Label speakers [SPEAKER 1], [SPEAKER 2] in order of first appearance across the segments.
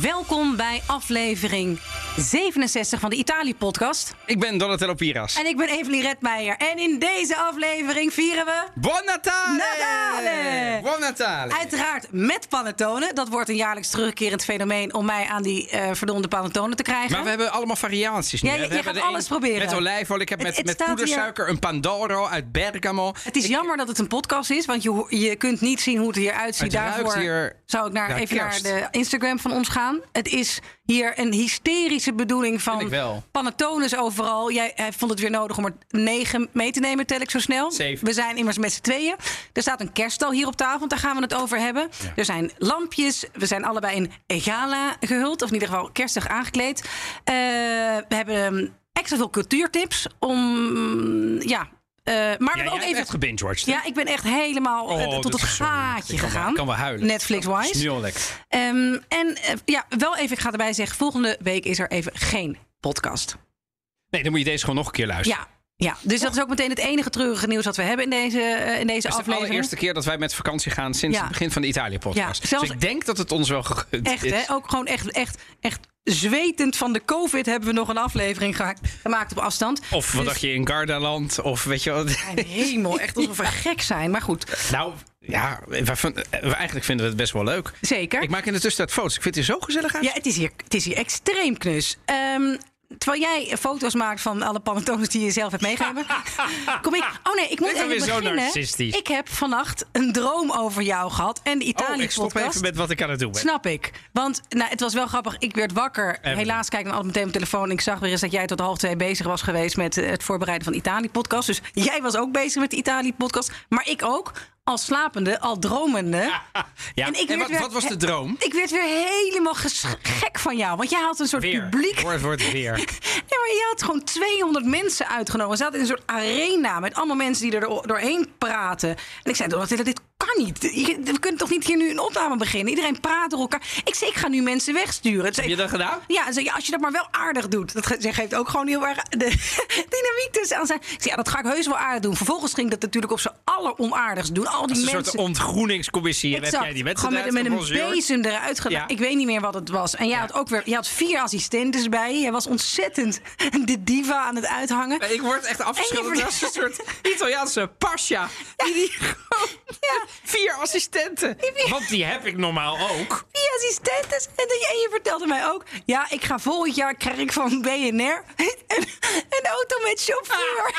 [SPEAKER 1] Welkom bij aflevering 67 van de Italië-podcast.
[SPEAKER 2] Ik ben Donatello Piras.
[SPEAKER 1] En ik ben Evelien Redmeijer. En in deze aflevering vieren we...
[SPEAKER 2] Buon Natale!
[SPEAKER 1] Natale!
[SPEAKER 2] Buon Natale!
[SPEAKER 1] Uiteraard met panettone. Dat wordt een jaarlijks terugkerend fenomeen om mij aan die eh verdomde panettone te krijgen.
[SPEAKER 2] Maar we hebben allemaal variaties nu.
[SPEAKER 1] Ja,
[SPEAKER 2] hè?
[SPEAKER 1] je-
[SPEAKER 2] we
[SPEAKER 1] je
[SPEAKER 2] hebben
[SPEAKER 1] gaat
[SPEAKER 2] de
[SPEAKER 1] alles
[SPEAKER 2] een
[SPEAKER 1] proberen.
[SPEAKER 2] Met olijfolie, ik heb
[SPEAKER 1] Het-
[SPEAKER 2] met,
[SPEAKER 1] het
[SPEAKER 2] met
[SPEAKER 1] staat hier-
[SPEAKER 2] poedersuiker een pandoro uit Bergamo.
[SPEAKER 1] Het is jammer dat het een podcast is, want je, ho- je kunt niet zien hoe het eruit ziet.
[SPEAKER 2] Het ruikt
[SPEAKER 1] Daarvoor
[SPEAKER 2] hier
[SPEAKER 1] zou ik naar,
[SPEAKER 2] naar
[SPEAKER 1] even
[SPEAKER 2] kerst.
[SPEAKER 1] naar de Instagram van ons gaan. Het is hier een hysterische bedoeling
[SPEAKER 2] Vind
[SPEAKER 1] van
[SPEAKER 2] ik wel.
[SPEAKER 1] panettones overal. Jij hij vond het weer nodig om er negen mee te nemen, tel ik zo snel.
[SPEAKER 2] Zeven.
[SPEAKER 1] We zijn immers met z'n tweeën. Er staat een kerststal hier op tafel, want daar gaan we het over hebben. Er zijn lampjes. We zijn allebei in egala gehuld, of in ieder geval kerstig aangekleed. Eh, we hebben ehm, extra veel cultuurtips om... Ja, eh, maar
[SPEAKER 2] Ja,
[SPEAKER 1] we
[SPEAKER 2] jij
[SPEAKER 1] ook
[SPEAKER 2] hebt
[SPEAKER 1] even
[SPEAKER 2] echt gebingewatcht. hè?
[SPEAKER 1] ja, ik ben echt helemaal eh,
[SPEAKER 2] Oh,
[SPEAKER 1] tot
[SPEAKER 2] dat
[SPEAKER 1] het
[SPEAKER 2] is zo lekker.
[SPEAKER 1] gaatje
[SPEAKER 2] Ik kan wel-
[SPEAKER 1] gegaan.
[SPEAKER 2] kan wel huilen.
[SPEAKER 1] Netflix-wise.
[SPEAKER 2] Smeerlijk.
[SPEAKER 1] Ehm, en eh, ja, wel even, ik ga erbij zeggen, volgende week is er even geen podcast.
[SPEAKER 2] Nee, dan moet je deze gewoon nog een keer luisteren.
[SPEAKER 1] Ja, ja. dus dat is ook meteen het enige treurige nieuws dat we hebben in deze, eh, in deze
[SPEAKER 2] Het is de
[SPEAKER 1] aflevering.
[SPEAKER 2] allereerste keer dat wij met vakantie gaan sinds
[SPEAKER 1] Ja.
[SPEAKER 2] het begin van de Italië-podcast.
[SPEAKER 1] Ja, zelfs-
[SPEAKER 2] Dus ik denk dat het ons wel gegund
[SPEAKER 1] Echt,
[SPEAKER 2] is.
[SPEAKER 1] hè? Oh, Ook gewoon echt, echt, echt zwetend van de COVID hebben we nog een aflevering geha- gemaakt op afstand.
[SPEAKER 2] Of wat
[SPEAKER 1] Dus-
[SPEAKER 2] dacht je, in Gardaland? Of weet je wat?
[SPEAKER 1] Mijn hemel, echt alsof we gek zijn. Maar goed,
[SPEAKER 2] Nou, ja, we vond- eh, we- eigenlijk vinden we het best wel leuk.
[SPEAKER 1] zeker.
[SPEAKER 2] Ik maak in de tussentijd foto's. Ik vind het hier zo gezellig uit.
[SPEAKER 1] Ja, het is hier, het is hier extreem knus. Ehm, terwijl jij foto's maakt van alle panettones die je zelf hebt meegegeven. kom ik... Oh nee, ik moet
[SPEAKER 2] Dit is
[SPEAKER 1] even
[SPEAKER 2] weer zo
[SPEAKER 1] beginnen.
[SPEAKER 2] narcistisch.
[SPEAKER 1] Ik heb vannacht een droom over jou gehad en de
[SPEAKER 2] oh, ik stop
[SPEAKER 1] Italië-podcast.
[SPEAKER 2] even met wat ik aan het doen ben.
[SPEAKER 1] Snap ik. Want nou, het was wel grappig. Ik werd wakker.
[SPEAKER 2] Even.
[SPEAKER 1] Helaas kijk ik dan altijd meteen op mijn telefoon. Ik zag weer eens dat jij tot half twee bezig was geweest met eh, het voorbereiden van de Italië-podcast. Dus jij was ook bezig met de Italië-podcast. Maar ik ook. Al slapende, al dromende.
[SPEAKER 2] Ja.
[SPEAKER 1] En ik werd
[SPEAKER 2] wat,
[SPEAKER 1] weer-
[SPEAKER 2] wat was de droom?
[SPEAKER 1] Ik werd weer helemaal ges- gek van jou. Want jij had een soort publiek.
[SPEAKER 2] Hoor het woord weer.
[SPEAKER 1] Nee, maar je had gewoon 200 mensen uitgenodigd. We zaten in een soort arena met allemaal mensen die er door- doorheen praten. En ik zei, Donatello, dit kan niet. Je- We kunnen toch niet hier nu een opname beginnen? Iedereen praat door elkaar. Ik zei, ik ga nu mensen wegsturen. Toen zei-
[SPEAKER 2] Heb je dat gedaan?
[SPEAKER 1] Ja, ze zei, ja, als je dat maar wel aardig doet. Dat ge- ze geeft ook gewoon heel erg de dynamiek tussen. aan zijn. Ik zei, ja, dat ga ik heus wel aardig doen. Vervolgens ging ik dat natuurlijk op z'n alleronaardigst doen. Al die
[SPEAKER 2] Als een
[SPEAKER 1] mensen...
[SPEAKER 2] soort ontgroeningscommissie. En Heb
[SPEAKER 1] Exact.
[SPEAKER 2] jij die
[SPEAKER 1] Gewoon
[SPEAKER 2] wedstrijd
[SPEAKER 1] met, met een bezem eruit gedaan.
[SPEAKER 2] Ja.
[SPEAKER 1] Ik weet niet meer wat het was. En jij had ook weer, je had vier assistentes bij je. Jij was ontzettend de diva aan het uithangen.
[SPEAKER 2] Ik word echt
[SPEAKER 1] En
[SPEAKER 2] afgeschilderd
[SPEAKER 1] je
[SPEAKER 2] als een soort Italiaanse pasja. Die, die gewoon vier assistenten. Want die heb ik normaal ook.
[SPEAKER 1] Vier assistentes. En, die- en je vertelde mij ook, ja, ik ga volgend jaar krijg ik van BNR een, een auto met chauffeur.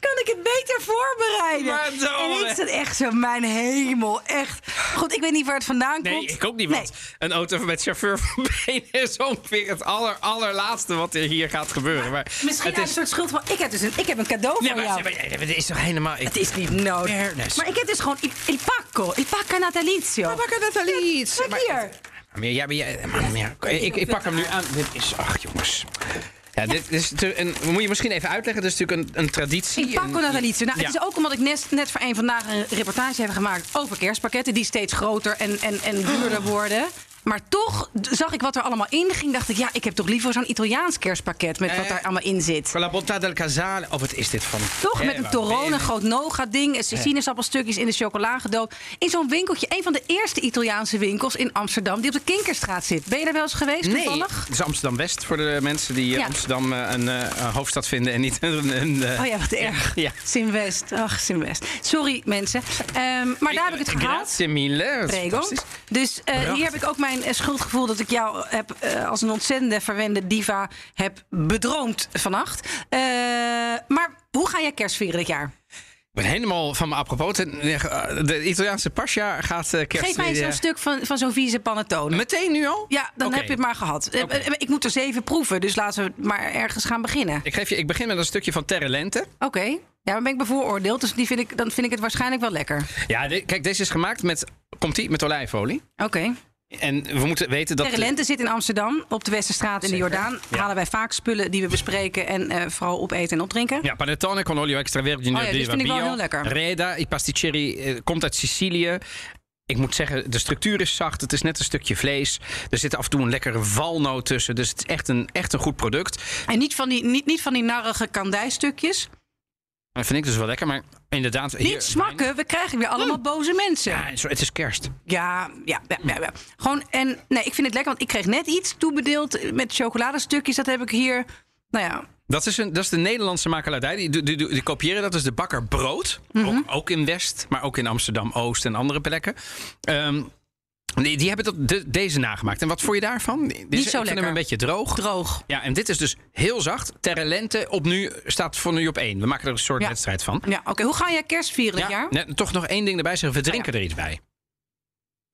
[SPEAKER 1] kan ik het beter voorbereiden?
[SPEAKER 2] Maar domme.
[SPEAKER 1] en ik zat echt zo, mijn hemel, echt. Goed, ik weet niet waar het vandaan
[SPEAKER 2] Nee,
[SPEAKER 1] komt.
[SPEAKER 2] ik ook niet. Want
[SPEAKER 1] Nee.
[SPEAKER 2] een auto met chauffeur van benen is ongeveer het aller, allerlaatste wat er hier gaat gebeuren. Maar
[SPEAKER 1] Misschien uit
[SPEAKER 2] het is...
[SPEAKER 1] een soort schuld van, ik heb dus een, ik heb een cadeau
[SPEAKER 2] Nee,
[SPEAKER 1] voor
[SPEAKER 2] maar,
[SPEAKER 1] jou.
[SPEAKER 2] maar- nee, maar dit is toch helemaal... Ik...
[SPEAKER 1] Het is niet nodig.
[SPEAKER 2] Fairness.
[SPEAKER 1] Maar ik heb dus gewoon il, il pacco, il pacca natalizio. Kijk hier.
[SPEAKER 2] Maar ja, maar ja, maar ja, ik, ik pak hem nu aan. Dit is, ach jongens. Ja, Dit is te- een, moet je misschien even uitleggen. Dit is natuurlijk een, een traditie.
[SPEAKER 1] Il pacco
[SPEAKER 2] een-
[SPEAKER 1] natalizio. Nou,
[SPEAKER 2] Ja.
[SPEAKER 1] het is ook omdat ik net, net voor één vandaag een reportage heb gemaakt over kerstpakketten die steeds groter en, en, en duurder worden. Maar toch d- zag ik wat er allemaal in ging. Dacht ik, ja, ik heb toch liever zo'n Italiaans kerstpakket met wat
[SPEAKER 2] Eh.
[SPEAKER 1] daar allemaal in zit.
[SPEAKER 2] Con la bontà del casale. Oh, wat is dit van?
[SPEAKER 1] Toch met een
[SPEAKER 2] Eva,
[SPEAKER 1] torone, een
[SPEAKER 2] Bene.
[SPEAKER 1] groot noga-ding, eh, sinaasappelstukjes in de chocola gedoopt. In zo'n winkeltje, een van de eerste Italiaanse winkels in Amsterdam, die op de Kinkerstraat zit. Ben je daar wel eens geweest
[SPEAKER 2] Nee,
[SPEAKER 1] toevallig?
[SPEAKER 2] het is Amsterdam-West voor de mensen die eh,
[SPEAKER 1] Ja.
[SPEAKER 2] Amsterdam eh, een eh, hoofdstad vinden en niet een... een eh,
[SPEAKER 1] Oh ja, wat erg.
[SPEAKER 2] Ja.
[SPEAKER 1] Simwest. Ach, Simwest. Sorry, mensen. Ehm, maar daar heb ik het gehaald.
[SPEAKER 2] Grazie mille. Dat is
[SPEAKER 1] Prego.
[SPEAKER 2] fantastisch.
[SPEAKER 1] Dus eh, hier heb ik ook mijn eh, schuldgevoel dat ik jou heb, eh, als een ontzettende verwende diva heb bedroomd vannacht. Eh, maar hoe ga jij kerst vieren dit jaar?
[SPEAKER 2] Ik ben helemaal van me apropos. De Italiaanse pasja gaat eh, kerst...
[SPEAKER 1] Geef mij zo'n
[SPEAKER 2] eh,
[SPEAKER 1] stuk van, van zo'n vieze panettone.
[SPEAKER 2] Meteen nu al?
[SPEAKER 1] Ja, dan
[SPEAKER 2] Oké.
[SPEAKER 1] heb je het maar gehad. Eh,
[SPEAKER 2] Oké.
[SPEAKER 1] eh, Ik moet er zeven proeven, dus laten we maar ergens gaan beginnen.
[SPEAKER 2] Ik, geef je, ik begin met een stukje van Terre Lente.
[SPEAKER 1] Oké. Ja, dan ben ik bevooroordeeld, dus die vind ik, dan vind ik het waarschijnlijk wel lekker.
[SPEAKER 2] Ja, de- kijk, deze is gemaakt met komt die met olijfolie.
[SPEAKER 1] Oké.
[SPEAKER 2] En we moeten weten dat...
[SPEAKER 1] De Relente zit in Amsterdam, op de Westerstraat in de
[SPEAKER 2] Zeker.
[SPEAKER 1] Jordaan.
[SPEAKER 2] Ja.
[SPEAKER 1] Halen wij vaak spullen die we bespreken en eh, vooral opeten en opdrinken.
[SPEAKER 2] Ja, panettone con olio extravergine
[SPEAKER 1] Oh ja,
[SPEAKER 2] di
[SPEAKER 1] dit vind ik wel
[SPEAKER 2] Rabbia.
[SPEAKER 1] heel lekker.
[SPEAKER 2] Reda, i pasticceri, eh, komt uit Sicilië. Ik moet zeggen, de structuur is zacht. Het is net een stukje vlees. Er zit af en toe een lekkere walnoot tussen. Dus het is echt een, echt een goed product.
[SPEAKER 1] En niet van die, niet, niet van die narrige kandijstukjes.
[SPEAKER 2] Dat vind ik dus wel lekker. Maar inderdaad... hier- Hm.
[SPEAKER 1] Niet smakken, we krijgen weer allemaal boze mensen.
[SPEAKER 2] Ja, zo- het is kerst.
[SPEAKER 1] Ja, ja, ja, ja, ja. Gewoon, en nee, ik vind het lekker, want ik kreeg net iets toebedeeld met chocoladestukjes. Dat heb ik hier, nou ja,
[SPEAKER 2] Dat is, een, dat is de Nederlandse makelaardij. Die, die, die, die kopiëren dat is de bakker Brood.
[SPEAKER 1] Mhm.
[SPEAKER 2] ook, ook in West, maar ook in Amsterdam-Oost en andere plekken. Ehm, die, die hebben dat, de- deze nagemaakt. En wat vond je daarvan? Dit
[SPEAKER 1] zo
[SPEAKER 2] is- ik vind hem
[SPEAKER 1] lekker.
[SPEAKER 2] een beetje droog.
[SPEAKER 1] droog.
[SPEAKER 2] Ja, en dit is dus heel zacht. Terre Lente op nu, staat voor nu op één. We maken er een soort
[SPEAKER 1] Ja.
[SPEAKER 2] wedstrijd van.
[SPEAKER 1] Ja, oké. Hoe ga jij kerst vieren dit
[SPEAKER 2] Ja,
[SPEAKER 1] jaar? Oh
[SPEAKER 2] net, toch nog één ding erbij zeggen. We drinken er iets bij.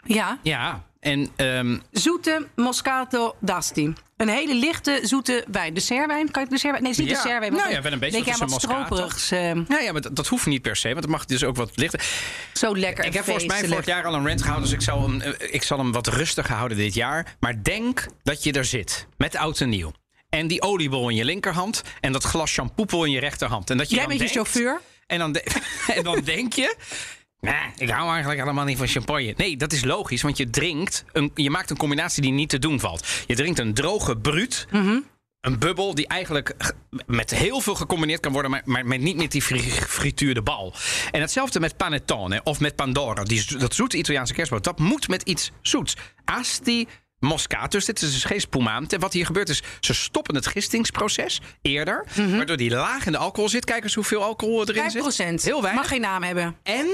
[SPEAKER 1] Ja,
[SPEAKER 2] Ja, en ehm,
[SPEAKER 1] zoete Moscato d'Asti. Een hele lichte, zoete wijn. Dessertwijn? Kan je het dessertwijn? Nee, het is niet
[SPEAKER 2] Ja.
[SPEAKER 1] dessertwijn. maar
[SPEAKER 2] Nou ja, wel een beetje,
[SPEAKER 1] Denk jij
[SPEAKER 2] want
[SPEAKER 1] wat
[SPEAKER 2] het is een Moscato.
[SPEAKER 1] stroperigs. eh,
[SPEAKER 2] nou ja, maar dat, dat hoeft niet per se. Want het mag dus ook wat lichter.
[SPEAKER 1] zo lekker
[SPEAKER 2] Ik heb volgens mij
[SPEAKER 1] feestelijk.
[SPEAKER 2] vorig jaar al een rent gehouden, dus ik zal, hem, eh, ik zal hem wat rustiger houden dit jaar. Maar denk dat je er zit, met oud en nieuw. En die oliebol in je linkerhand en dat glas shampoopel in je rechterhand. En dat je
[SPEAKER 1] Jij
[SPEAKER 2] dan
[SPEAKER 1] bent je
[SPEAKER 2] denkt-
[SPEAKER 1] chauffeur.
[SPEAKER 2] En dan, de- en dan denk je... Nee, ik hou eigenlijk helemaal niet van champagne. Nee, dat is logisch, want je drinkt... Een, je maakt een combinatie die niet te doen valt. Je drinkt een droge bruut... Een bubbel die eigenlijk g- met heel veel gecombineerd kan worden, maar, maar met niet met die fri- frituurde bal. En hetzelfde met panettone of met pandoro, die, zo- dat zoete Italiaanse kerstboot. Dat moet met iets zoets. Asti moscato, dus dit is dus geen spumante. Wat hier gebeurt is, ze stoppen het gistingsproces eerder, waardoor die laag in de alcohol zit. Kijk eens hoeveel alcohol erin zit.
[SPEAKER 1] 5%.
[SPEAKER 2] Heel weinig.
[SPEAKER 1] Mag geen naam hebben.
[SPEAKER 2] En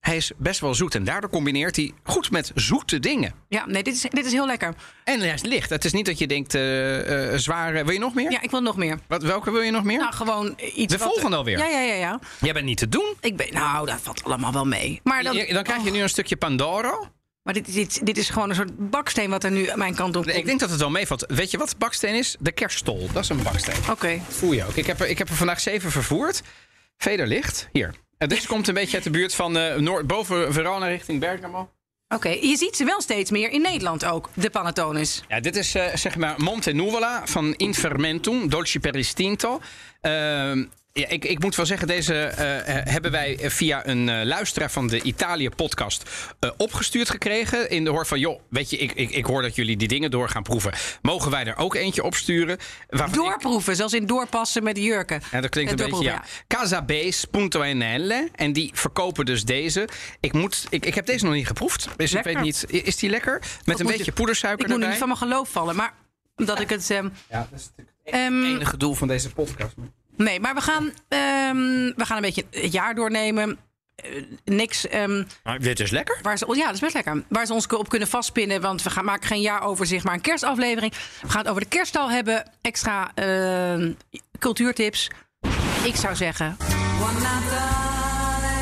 [SPEAKER 2] hij is best wel zoet en daardoor combineert hij goed met zoete dingen.
[SPEAKER 1] Ja, nee, dit is, dit is heel lekker.
[SPEAKER 2] En hij is licht. Het is niet dat je denkt, eh, eh, zwaar. eh, Wil je nog meer?
[SPEAKER 1] Ja, ik wil nog meer.
[SPEAKER 2] Wat, welke wil je nog meer?
[SPEAKER 1] Nou, gewoon iets
[SPEAKER 2] De
[SPEAKER 1] wat- eh,
[SPEAKER 2] volgende alweer.
[SPEAKER 1] Ja, ja, ja, ja.
[SPEAKER 2] Jij bent niet te doen.
[SPEAKER 1] Ik ben, nou, dat valt allemaal wel mee. Maar, dan, Oh,
[SPEAKER 2] Je- Dan krijg je nu een stukje Pandoro.
[SPEAKER 1] maar dit, dit, dit is gewoon een soort baksteen wat er nu aan mijn kant op komt.
[SPEAKER 2] Ik denk dat het wel meevalt. Weet je wat baksteen is? De kerststol. Dat is een baksteen.
[SPEAKER 1] Oké.
[SPEAKER 2] Voel je ook. Ik heb er, ik heb er vandaag zeven vervoerd. Veder licht. Hier. En deze komt een beetje uit de buurt van eh, Noord, boven Verona richting Bergamo.
[SPEAKER 1] Oké, je ziet ze wel steeds meer in Nederland ook, de panettones.
[SPEAKER 2] Ja, dit is eh, zeg maar Monte Nuvola van Infermentum, Dolce per Istinto. Ehm, ja, ik, ik moet wel zeggen, deze eh, eh, hebben wij eh, via een eh, luisteraar van de Italië-podcast eh, opgestuurd gekregen. In de hoor van, joh, weet je, ik, ik, ik hoor dat jullie die dingen door gaan proeven. Mogen wij er ook eentje opsturen? Waarvan ik-
[SPEAKER 1] Doorproeven, zoals in doorpassen met jurken.
[SPEAKER 2] ja, dat klinkt
[SPEAKER 1] Eh,
[SPEAKER 2] een beetje, ja.
[SPEAKER 1] doorproeven,
[SPEAKER 2] Casabase.nl. En die verkopen dus deze. Ik, moet, ik, ik heb deze nog niet geproefd. Dus ik
[SPEAKER 1] Lekker.
[SPEAKER 2] weet niet, i- is die lekker? Met een
[SPEAKER 1] moet
[SPEAKER 2] beetje
[SPEAKER 1] je-
[SPEAKER 2] poedersuiker
[SPEAKER 1] Ik moet nu
[SPEAKER 2] erbij?
[SPEAKER 1] niet van mijn geloof vallen, maar omdat ik het... ehm,
[SPEAKER 2] Ja, dat is natuurlijk
[SPEAKER 1] ehm,
[SPEAKER 2] het enige doel van deze podcast.
[SPEAKER 1] nee, maar we gaan, ehm, we gaan een beetje het jaar doornemen. Eh, niks ehm,
[SPEAKER 2] dit is lekker.
[SPEAKER 1] waar ze... oh, Ja, dat is best lekker. Waar ze ons op kunnen vastpinnen, want we gaan, maken geen jaaroverzicht, maar een kerstaflevering. We gaan het over de kerststal hebben, extra ehm, cultuurtips. Ik zou zeggen,
[SPEAKER 3] Buon Natale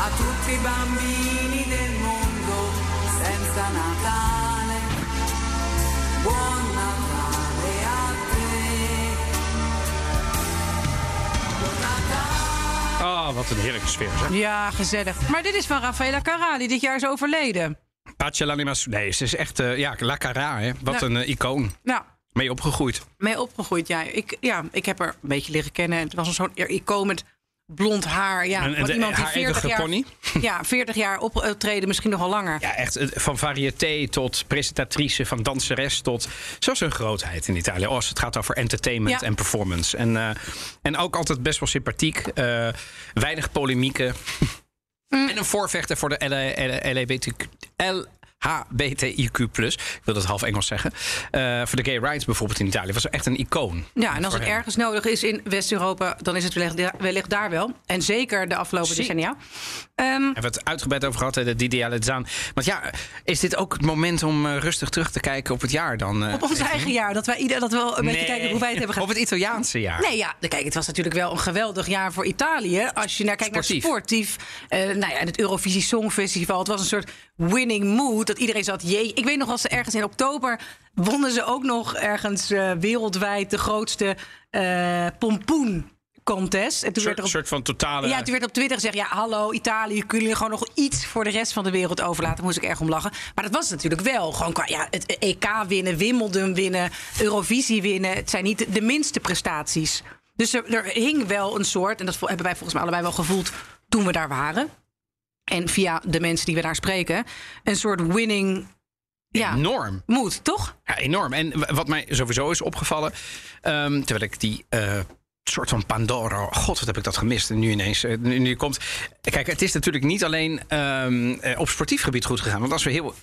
[SPEAKER 3] a tutti i bambini del mondo senza Natale. Buon Natale a te.
[SPEAKER 2] Oh, wat een heerlijke sfeer. Zeg.
[SPEAKER 1] ja, gezellig. Maar dit is van Rafaela Carrà, die dit jaar is overleden.
[SPEAKER 2] Pace l'animas. Nee, ze is echt, eh, ja, La Cara, hè. Wat
[SPEAKER 1] Nou.
[SPEAKER 2] een eh, icoon.
[SPEAKER 1] Nou,
[SPEAKER 2] Mee opgegroeid.
[SPEAKER 1] mee opgegroeid. Ja, ik, ja, ik heb haar een beetje leren kennen. Het was een zo'n icoon met blond haar. Ja,
[SPEAKER 2] En- en
[SPEAKER 1] wat
[SPEAKER 2] de-
[SPEAKER 1] iemand die
[SPEAKER 2] haar
[SPEAKER 1] 40
[SPEAKER 2] eeuwige
[SPEAKER 1] jaar,
[SPEAKER 2] pony?
[SPEAKER 1] Ja, 40 jaar optreden, misschien nogal langer.
[SPEAKER 2] Ja, echt eh, van variété tot presentatrice, van danseres tot... Zoals een grootheid in Italië. Oh, Als het gaat over entertainment
[SPEAKER 1] Ja.
[SPEAKER 2] en performance. En, eh, en ook altijd best wel sympathiek. eh, weinig polemieken.
[SPEAKER 1] Mm.
[SPEAKER 2] En een voorvechter voor de E, LHBTQ... LHBTIQ+. Ik wil dat half Engels zeggen. Eh, voor de gay rights bijvoorbeeld in Italië. Was er echt een icoon.
[SPEAKER 1] Ja, en als
[SPEAKER 2] Voor
[SPEAKER 1] het
[SPEAKER 2] hem.
[SPEAKER 1] ergens nodig is in West-Europa, dan is het wellicht, wellicht daar wel. En zeker de afgelopen
[SPEAKER 2] Zie-
[SPEAKER 1] decennia. Ehm,
[SPEAKER 2] Hebben we het uitgebreid over gehad, hè, de Didi Aledzaan. Want ja, is dit ook het moment om eh, rustig terug te kijken op het jaar dan? eh?
[SPEAKER 1] op ons eigen jaar, dat wij ieder dat wel een beetje
[SPEAKER 2] Nee.
[SPEAKER 1] kijken hoe wij het hebben
[SPEAKER 2] Op
[SPEAKER 1] gedaan.
[SPEAKER 2] het Italiaanse jaar.
[SPEAKER 1] Nee, ja, kijk, het was natuurlijk wel een geweldig jaar voor Italië. Als je naar kijkt
[SPEAKER 2] Sportief.
[SPEAKER 1] naar sportief. eh, nou ja, en het Eurovisie Songfestival. Het was een soort winning mood. Dat iedereen zat, jee. Ik weet nog als ze ergens in oktober wonnen ze ook nog ergens eh, wereldwijd de grootste eh pompoen. contest. En toen
[SPEAKER 2] soort,
[SPEAKER 1] werd er op
[SPEAKER 2] soort van totale...
[SPEAKER 1] ja, toen werd op Twitter gezegd: ja, hallo Italië, kunnen jullie gewoon nog iets voor de rest van de wereld overlaten? Daar moest ik erg om lachen. Maar dat was het natuurlijk wel. Gewoon qua ja, het EK winnen, Wimbledon winnen, Eurovisie winnen. Het zijn niet de minste prestaties. Dus er, er hing wel een soort, en dat vo- hebben wij volgens mij allebei wel gevoeld toen we daar waren. En via de mensen die we daar spreken, een soort winning. Ja,
[SPEAKER 2] Enorm.
[SPEAKER 1] moet, toch?
[SPEAKER 2] Ja, enorm. En w- wat mij sowieso is opgevallen, ehm, terwijl ik die eh, soort van Pandora, god, wat heb ik dat gemist en nu ineens, eh, nu, nu komt. Kijk, het is natuurlijk niet alleen ehm, eh, op sportief gebied goed gegaan, want als we heel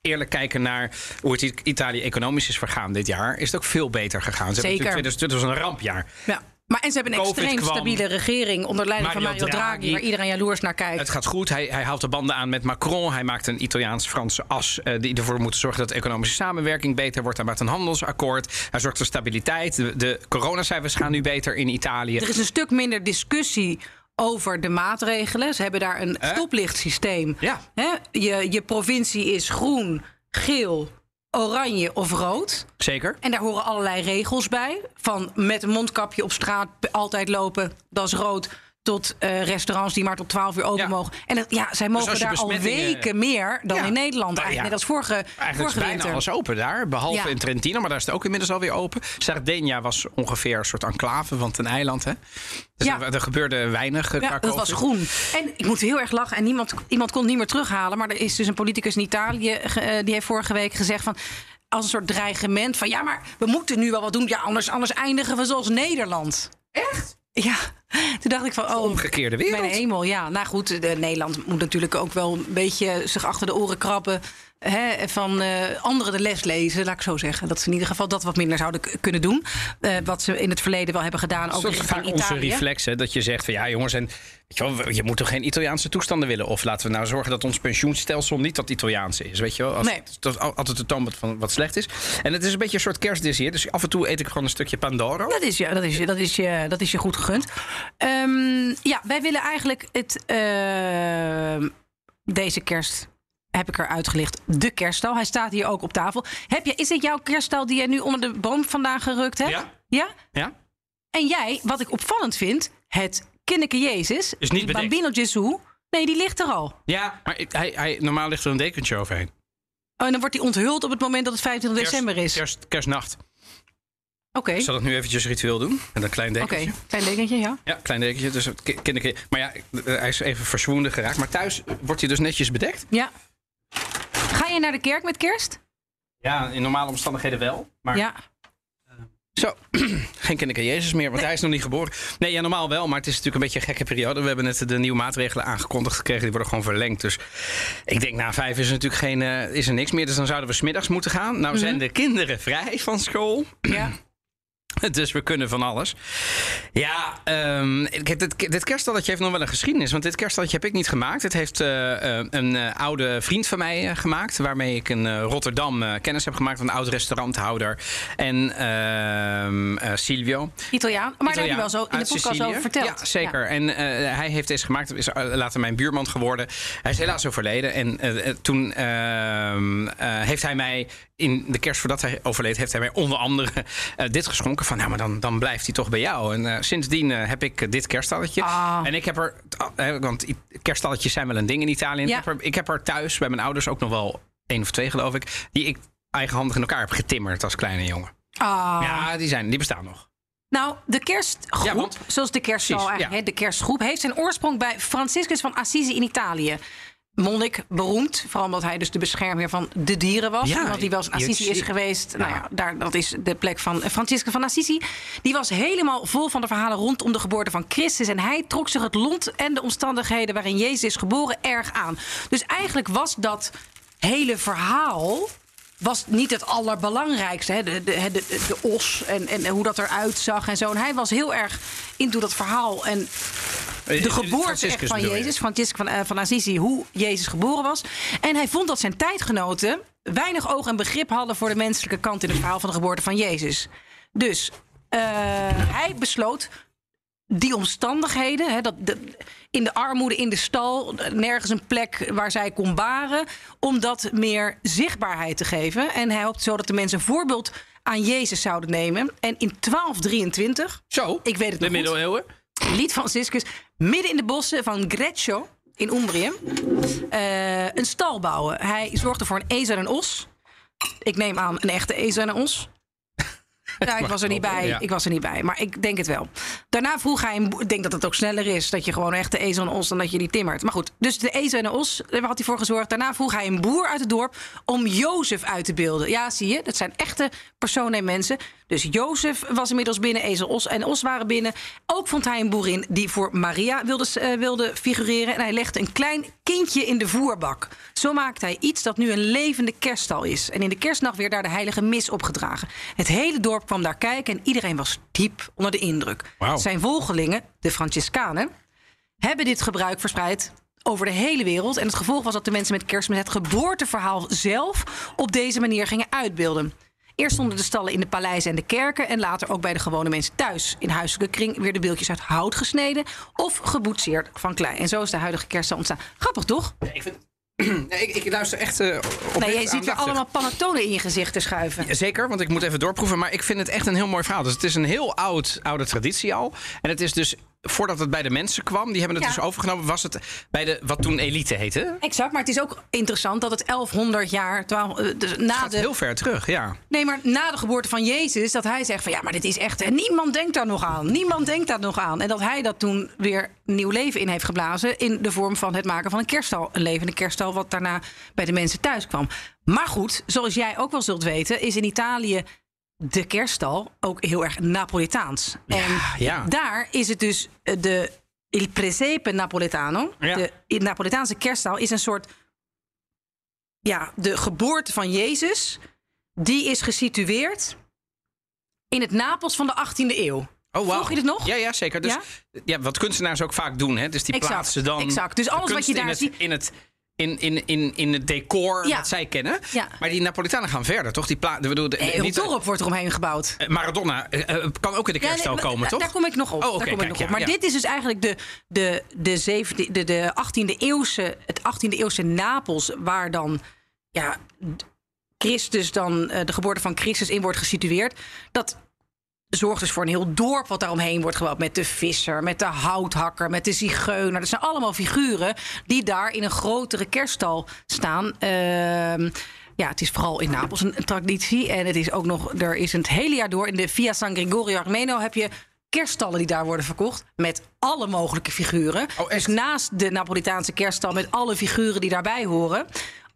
[SPEAKER 2] eerlijk kijken naar hoe het I- Italië economisch is vergaan dit jaar, is het ook veel beter gegaan. Ze hebben
[SPEAKER 1] Zeker.
[SPEAKER 2] natuurlijk 2020 was een rampjaar.
[SPEAKER 1] Ja. Maar en ze hebben een
[SPEAKER 2] Covid
[SPEAKER 1] extreem
[SPEAKER 2] kwam.
[SPEAKER 1] stabiele regering onder leiding van
[SPEAKER 2] Mario
[SPEAKER 1] Mario Draghi,
[SPEAKER 2] Draghi.
[SPEAKER 1] waar iedereen jaloers naar kijkt.
[SPEAKER 2] Het gaat goed. Hij, hij haalt de banden aan met Macron. Hij maakt een Italiaans-Franse as eh, die ervoor moet zorgen dat de economische samenwerking beter wordt. Hij maakt een handelsakkoord. Hij zorgt voor stabiliteit. De, de coronacijfers gaan nu beter in Italië.
[SPEAKER 1] Er is een stuk minder discussie over de maatregelen. Ze hebben daar een stoplichtsysteem.
[SPEAKER 2] Ja.
[SPEAKER 1] Hè? Je, je provincie is groen, geel, oranje of rood.
[SPEAKER 2] Zeker.
[SPEAKER 1] En daar horen allerlei regels bij. Van met een mondkapje op straat altijd lopen, dat is rood. Tot eh, restaurants die maar tot 12 uur open
[SPEAKER 2] Ja. Dus
[SPEAKER 1] mogen. En dat- ja, zij mogen
[SPEAKER 2] als je
[SPEAKER 1] daar al
[SPEAKER 2] besmettingen-
[SPEAKER 1] weken meer dan
[SPEAKER 2] Ja.
[SPEAKER 1] in Nederland.
[SPEAKER 2] Nou ja.
[SPEAKER 1] Eigenlijk net als vorige,
[SPEAKER 2] Eigenlijk is
[SPEAKER 1] vorige
[SPEAKER 2] bijna
[SPEAKER 1] winter.
[SPEAKER 2] alles open daar, behalve
[SPEAKER 1] Ja.
[SPEAKER 2] in Trentino, maar daar is het ook inmiddels alweer open. Sardinia was ongeveer een soort enclave, want een eiland, hè? Dus
[SPEAKER 1] Ja.
[SPEAKER 2] er, er gebeurde weinig. eh, qua
[SPEAKER 1] Ja, dat was
[SPEAKER 2] COVID.
[SPEAKER 1] groen. En ik moet heel erg lachen. En niemand, iemand kon het niet meer terughalen. Maar er is dus een politicus in Italië. ge- eh, die heeft vorige week gezegd van. Als een soort dreigement van. Ja, maar we moeten nu wel wat doen. Ja, anders, anders eindigen we zoals Nederland. Echt? Ja. Toen dacht ik van. Oh,
[SPEAKER 2] Omgekeerde wereld.
[SPEAKER 1] Mijn hemel, ja. Nou goed, eh, Nederland moet natuurlijk ook wel een beetje zich achter de oren krabben. Hè, van eh, anderen de les lezen, laat ik zo zeggen. Dat ze in ieder geval dat wat minder zouden k- kunnen doen. Eh, wat ze in het verleden wel hebben gedaan. Ook
[SPEAKER 2] Dat is vaak
[SPEAKER 1] richting
[SPEAKER 2] onze
[SPEAKER 1] Italië.
[SPEAKER 2] reflex, hè? Dat je zegt van ja, jongens, en, weet je, wel, je moet toch geen Italiaanse toestanden willen? Of laten we nou zorgen dat ons pensioenstelsel niet dat Italiaanse is. Weet je wel? Als,
[SPEAKER 1] Nee.
[SPEAKER 2] Dat is al- altijd de toon van wat slecht is. En het is een beetje een soort kerstdis hier. Dus af en toe eet ik gewoon een stukje Pandoro.
[SPEAKER 1] Dat is je, dat is je, dat is je, dat is je goed gegund. Ehm, ja, wij willen eigenlijk het. ehm, deze kerst heb ik er uitgelicht. De kerststal. Hij staat hier ook op tafel. Heb je, is dit jouw kerststal die jij nu onder de boom vandaan gerukt hebt?
[SPEAKER 2] Ja.
[SPEAKER 1] ja?
[SPEAKER 2] Ja?
[SPEAKER 1] En jij, wat ik opvallend vind, het Kinneke Jezus.
[SPEAKER 2] Is niet
[SPEAKER 1] die
[SPEAKER 2] bedekt.
[SPEAKER 1] Bambino Gesù. Nee, die ligt er al.
[SPEAKER 2] Ja, maar ik- hij, hij, normaal ligt er een dekentje overheen.
[SPEAKER 1] Oh, en dan wordt die onthuld op het moment dat het 25
[SPEAKER 2] Kerst-
[SPEAKER 1] december is. Oké,
[SPEAKER 2] Kerst, kerstnacht.
[SPEAKER 1] oké,
[SPEAKER 2] Ik zal het nu eventjes ritueel doen. Met een klein dekentje.
[SPEAKER 1] klein dekentje, ja.
[SPEAKER 2] Ja, klein dekentje. Dus het ki- kinderke- Maar ja, eh, hij is even verswonden geraakt. Maar thuis wordt hij dus netjes bedekt.
[SPEAKER 1] Ja. Ga je naar de kerk met kerst?
[SPEAKER 2] Ja, in normale omstandigheden wel. Maar
[SPEAKER 1] Ja.
[SPEAKER 2] Zo, geen kinderke Jezus meer, want hij is nog niet geboren. Nee, ja, normaal wel, maar het is natuurlijk een beetje een gekke periode. We hebben net de nieuwe maatregelen aangekondigd gekregen. Die worden gewoon verlengd. Dus ik denk, na vijf is er natuurlijk geen, eh, is er niks meer. Dus dan zouden we smiddags moeten gaan. Nou zijn de kinderen vrij van school.
[SPEAKER 1] ja.
[SPEAKER 2] Dus we kunnen van alles. Ja, ehm, kijk, dit, dit kerststalletje heeft nog wel een geschiedenis. Want dit kerststalletje heb ik niet gemaakt. Het heeft eh, eh, een eh, oude vriend van mij eh, gemaakt. Waarmee ik in eh, Rotterdam eh, kennis heb gemaakt. Een oud restauranthouder. En ehm, eh, Silvio.
[SPEAKER 1] Italiaan. Maar daar heb je wel
[SPEAKER 2] Italiaan
[SPEAKER 1] zo in de
[SPEAKER 2] uit
[SPEAKER 1] podcast
[SPEAKER 2] Sicilië.
[SPEAKER 1] over verteld.
[SPEAKER 2] Ja, zeker. En eh, hij heeft deze gemaakt. Is eh, later mijn buurman geworden. Hij is helaas overleden. En eh, eh, toen ehm, eh, heeft hij mij in de kerst voordat hij overleed... heeft hij mij onder andere eh, dit geschonken. Van nou, maar dan, dan blijft hij toch bij jou. En eh, sindsdien eh, heb ik eh, dit kerstalletje.
[SPEAKER 1] Ah.
[SPEAKER 2] En ik heb er... eh, want i- kerststalletjes zijn wel een ding in Italië. En
[SPEAKER 1] Ja.
[SPEAKER 2] Ik, heb er, ik heb er thuis bij mijn ouders ook nog wel één of twee, geloof ik... die ik eigenhandig in elkaar heb getimmerd als kleine jongen.
[SPEAKER 1] Ja. Ah.
[SPEAKER 2] Ja, die, zijn, die bestaan nog.
[SPEAKER 1] Nou, de kerstgroep,
[SPEAKER 2] Ja, want-
[SPEAKER 1] zoals de kerststal
[SPEAKER 2] Precies,
[SPEAKER 1] eigenlijk,
[SPEAKER 2] ja.
[SPEAKER 1] hè, de kerstgroep, heeft zijn oorsprong bij Franciscus van Assisi in Italië. Monnik, beroemd, vooral omdat hij dus de beschermheer van de dieren was.
[SPEAKER 2] Ja,
[SPEAKER 1] omdat hij wel eens in
[SPEAKER 2] je-
[SPEAKER 1] Assisi
[SPEAKER 2] je-
[SPEAKER 1] is geweest. Nou ja, daar, dat is de plek van Franciscus van Assisi. Die was helemaal vol van de verhalen rondom de geboorte van Christus. En hij trok zich het lot en de omstandigheden waarin Jezus is geboren erg aan. Dus eigenlijk was dat hele verhaal was niet het allerbelangrijkste. Hè? De, de, hè, de, de, de os en, en hoe dat eruit zag en zo. En hij was heel erg into dat verhaal en de geboorte echt
[SPEAKER 2] Eh, Franciscus
[SPEAKER 1] van
[SPEAKER 2] bedoel je?
[SPEAKER 1] Jezus, Franciscus van, eh, van Assisi, hoe Jezus geboren was. En hij vond dat zijn tijdgenoten weinig oog en begrip hadden voor de menselijke kant in het verhaal van de geboorte van Jezus. Dus eh, hij besloot die omstandigheden, hè, dat, dat- in de armoede, in de stal, nergens een plek waar zij kon baren, om dat meer zichtbaarheid te geven. En hij hoopt zo dat de mensen een voorbeeld aan Jezus zouden nemen. En in 1223,
[SPEAKER 2] Zo,
[SPEAKER 1] Ik weet het
[SPEAKER 2] de
[SPEAKER 1] nog goed.
[SPEAKER 2] middeleeuwen.
[SPEAKER 1] liet Franciscus midden in de bossen van Greccio in Umbrië eh, een stal bouwen. Hij zorgde voor een ezel en een os. Ik neem aan een echte ezel en een os. Ja, ik was er niet
[SPEAKER 2] hopen,
[SPEAKER 1] bij.
[SPEAKER 2] ja.
[SPEAKER 1] Ik was er niet bij, maar ik denk het wel. Daarna vroeg hij, een boer- ik denk dat het ook sneller is dat je gewoon echt de ezel en een os dan dat je die timmert. Maar goed, dus de ezel en de os, daar had hij voor gezorgd. Daarna vroeg hij een boer uit het dorp om Jozef uit te beelden. Ja, zie je, dat zijn echte personen en mensen. Dus Jozef was inmiddels binnen, ezel os en os waren binnen. Ook vond hij een boerin die voor Maria wilde, eh, wilde figureren. En hij legde een klein kindje in de voerbak. Zo maakte hij iets dat nu een levende kerststal is. En in de kerstnacht werd daar de heilige mis opgedragen. Het hele dorp kwam daar kijken en iedereen was diep onder de indruk.
[SPEAKER 2] Wauw.
[SPEAKER 1] Zijn volgelingen, de Franciscanen, hebben dit gebruik verspreid over de hele wereld. En het gevolg was dat de mensen met kerstmis het geboorteverhaal zelf op deze manier gingen uitbeelden. Eerst stonden de stallen in de paleizen en de kerken en later ook bij de gewone mensen thuis. In huiselijke kring weer de beeldjes uit hout gesneden of geboetseerd van klei. En zo is de huidige kerststal ontstaan. Grappig toch?
[SPEAKER 2] Ik, vind... nee, ik, ik luister echt eh, op
[SPEAKER 1] Nee, jij ziet
[SPEAKER 2] dit
[SPEAKER 1] weer
[SPEAKER 2] aandachtig.
[SPEAKER 1] allemaal panatonen in je gezicht te schuiven.
[SPEAKER 2] Zeker, want ik moet even doorproeven. Maar ik vind het echt een heel mooi verhaal. Dus het is een heel oud, oude traditie al. En het is dus, voordat het bij de mensen kwam, die hebben het
[SPEAKER 1] Ja.
[SPEAKER 2] dus overgenomen, was het bij de, wat toen elite heette. Het
[SPEAKER 1] Exact, maar het is ook interessant dat het 1100 jaar, 12, eh, dus na
[SPEAKER 2] gaat
[SPEAKER 1] de
[SPEAKER 2] heel ver terug, ja.
[SPEAKER 1] Nee, maar na de geboorte van Jezus, dat hij zegt van ja, maar dit is echt. En niemand denkt daar nog aan. Niemand denkt daar nog aan. En dat hij dat toen weer nieuw leven in heeft geblazen. In de vorm van het maken van een kerststal. Een levende kerststal, wat daarna bij de mensen thuis kwam. Maar goed, zoals jij ook wel zult weten, is in Italië de kerststal ook heel erg Napolitaans. en
[SPEAKER 2] Ah, ja.
[SPEAKER 1] daar is het dus eh, de Il Presepe Napoletano.
[SPEAKER 2] Ja.
[SPEAKER 1] De Napolitaanse kerststal is een soort. Ja, de geboorte van Jezus die is gesitueerd in het Napels van de 18e eeuw.
[SPEAKER 2] Oh, wauw.
[SPEAKER 1] Volg je dit nog?
[SPEAKER 2] Ja, ja zeker. Dus, ja? wat kunstenaars ook vaak doen. Hè? Dus die
[SPEAKER 1] Exact,
[SPEAKER 2] plaatsen dan
[SPEAKER 1] exact. Dus
[SPEAKER 2] de
[SPEAKER 1] alles wat
[SPEAKER 2] kunst
[SPEAKER 1] je daar
[SPEAKER 2] in het,
[SPEAKER 1] ziet-
[SPEAKER 2] In het, in, in, in, in het decor
[SPEAKER 1] Ja.
[SPEAKER 2] dat zij kennen.
[SPEAKER 1] Ja. Eh,
[SPEAKER 2] Maar die Napolitanen gaan verder, toch? Die pla- ik bedoel, de,
[SPEAKER 1] Nee,
[SPEAKER 2] de-
[SPEAKER 1] heel
[SPEAKER 2] niet-
[SPEAKER 1] dorp wordt er omheen gebouwd.
[SPEAKER 2] eh, Maradona eh, eh, kan ook
[SPEAKER 1] Ja,
[SPEAKER 2] in de
[SPEAKER 1] nee,
[SPEAKER 2] kerststal
[SPEAKER 1] maar
[SPEAKER 2] komen,
[SPEAKER 1] da-
[SPEAKER 2] toch?
[SPEAKER 1] Daar kom ik nog op.
[SPEAKER 2] Oh, oké,
[SPEAKER 1] daar kom
[SPEAKER 2] kijk,
[SPEAKER 1] ik nog
[SPEAKER 2] ja,
[SPEAKER 1] op. Maar
[SPEAKER 2] ja.
[SPEAKER 1] dit is dus eigenlijk de, de, de, zevende, de, de 18e eeuwse, het 18e eeuwse Napels, waar dan ja, d- Christus dan eh, de geboorte van Christus in wordt gesitueerd. Dat zorgt dus voor een heel dorp wat daaromheen wordt gebouwd. Met de visser, met de houthakker, met de zigeuner. Dat zijn allemaal figuren die daar in een grotere kerststal staan. Ehm, ja, het is vooral in Napels een traditie. En het is ook nog, er is het hele jaar door in de Via San Gregorio Armeno heb je kerststallen die daar worden verkocht. Met alle mogelijke figuren.
[SPEAKER 2] Oh, echt?
[SPEAKER 1] dus naast de Napolitaanse kerststal met alle figuren die daarbij horen.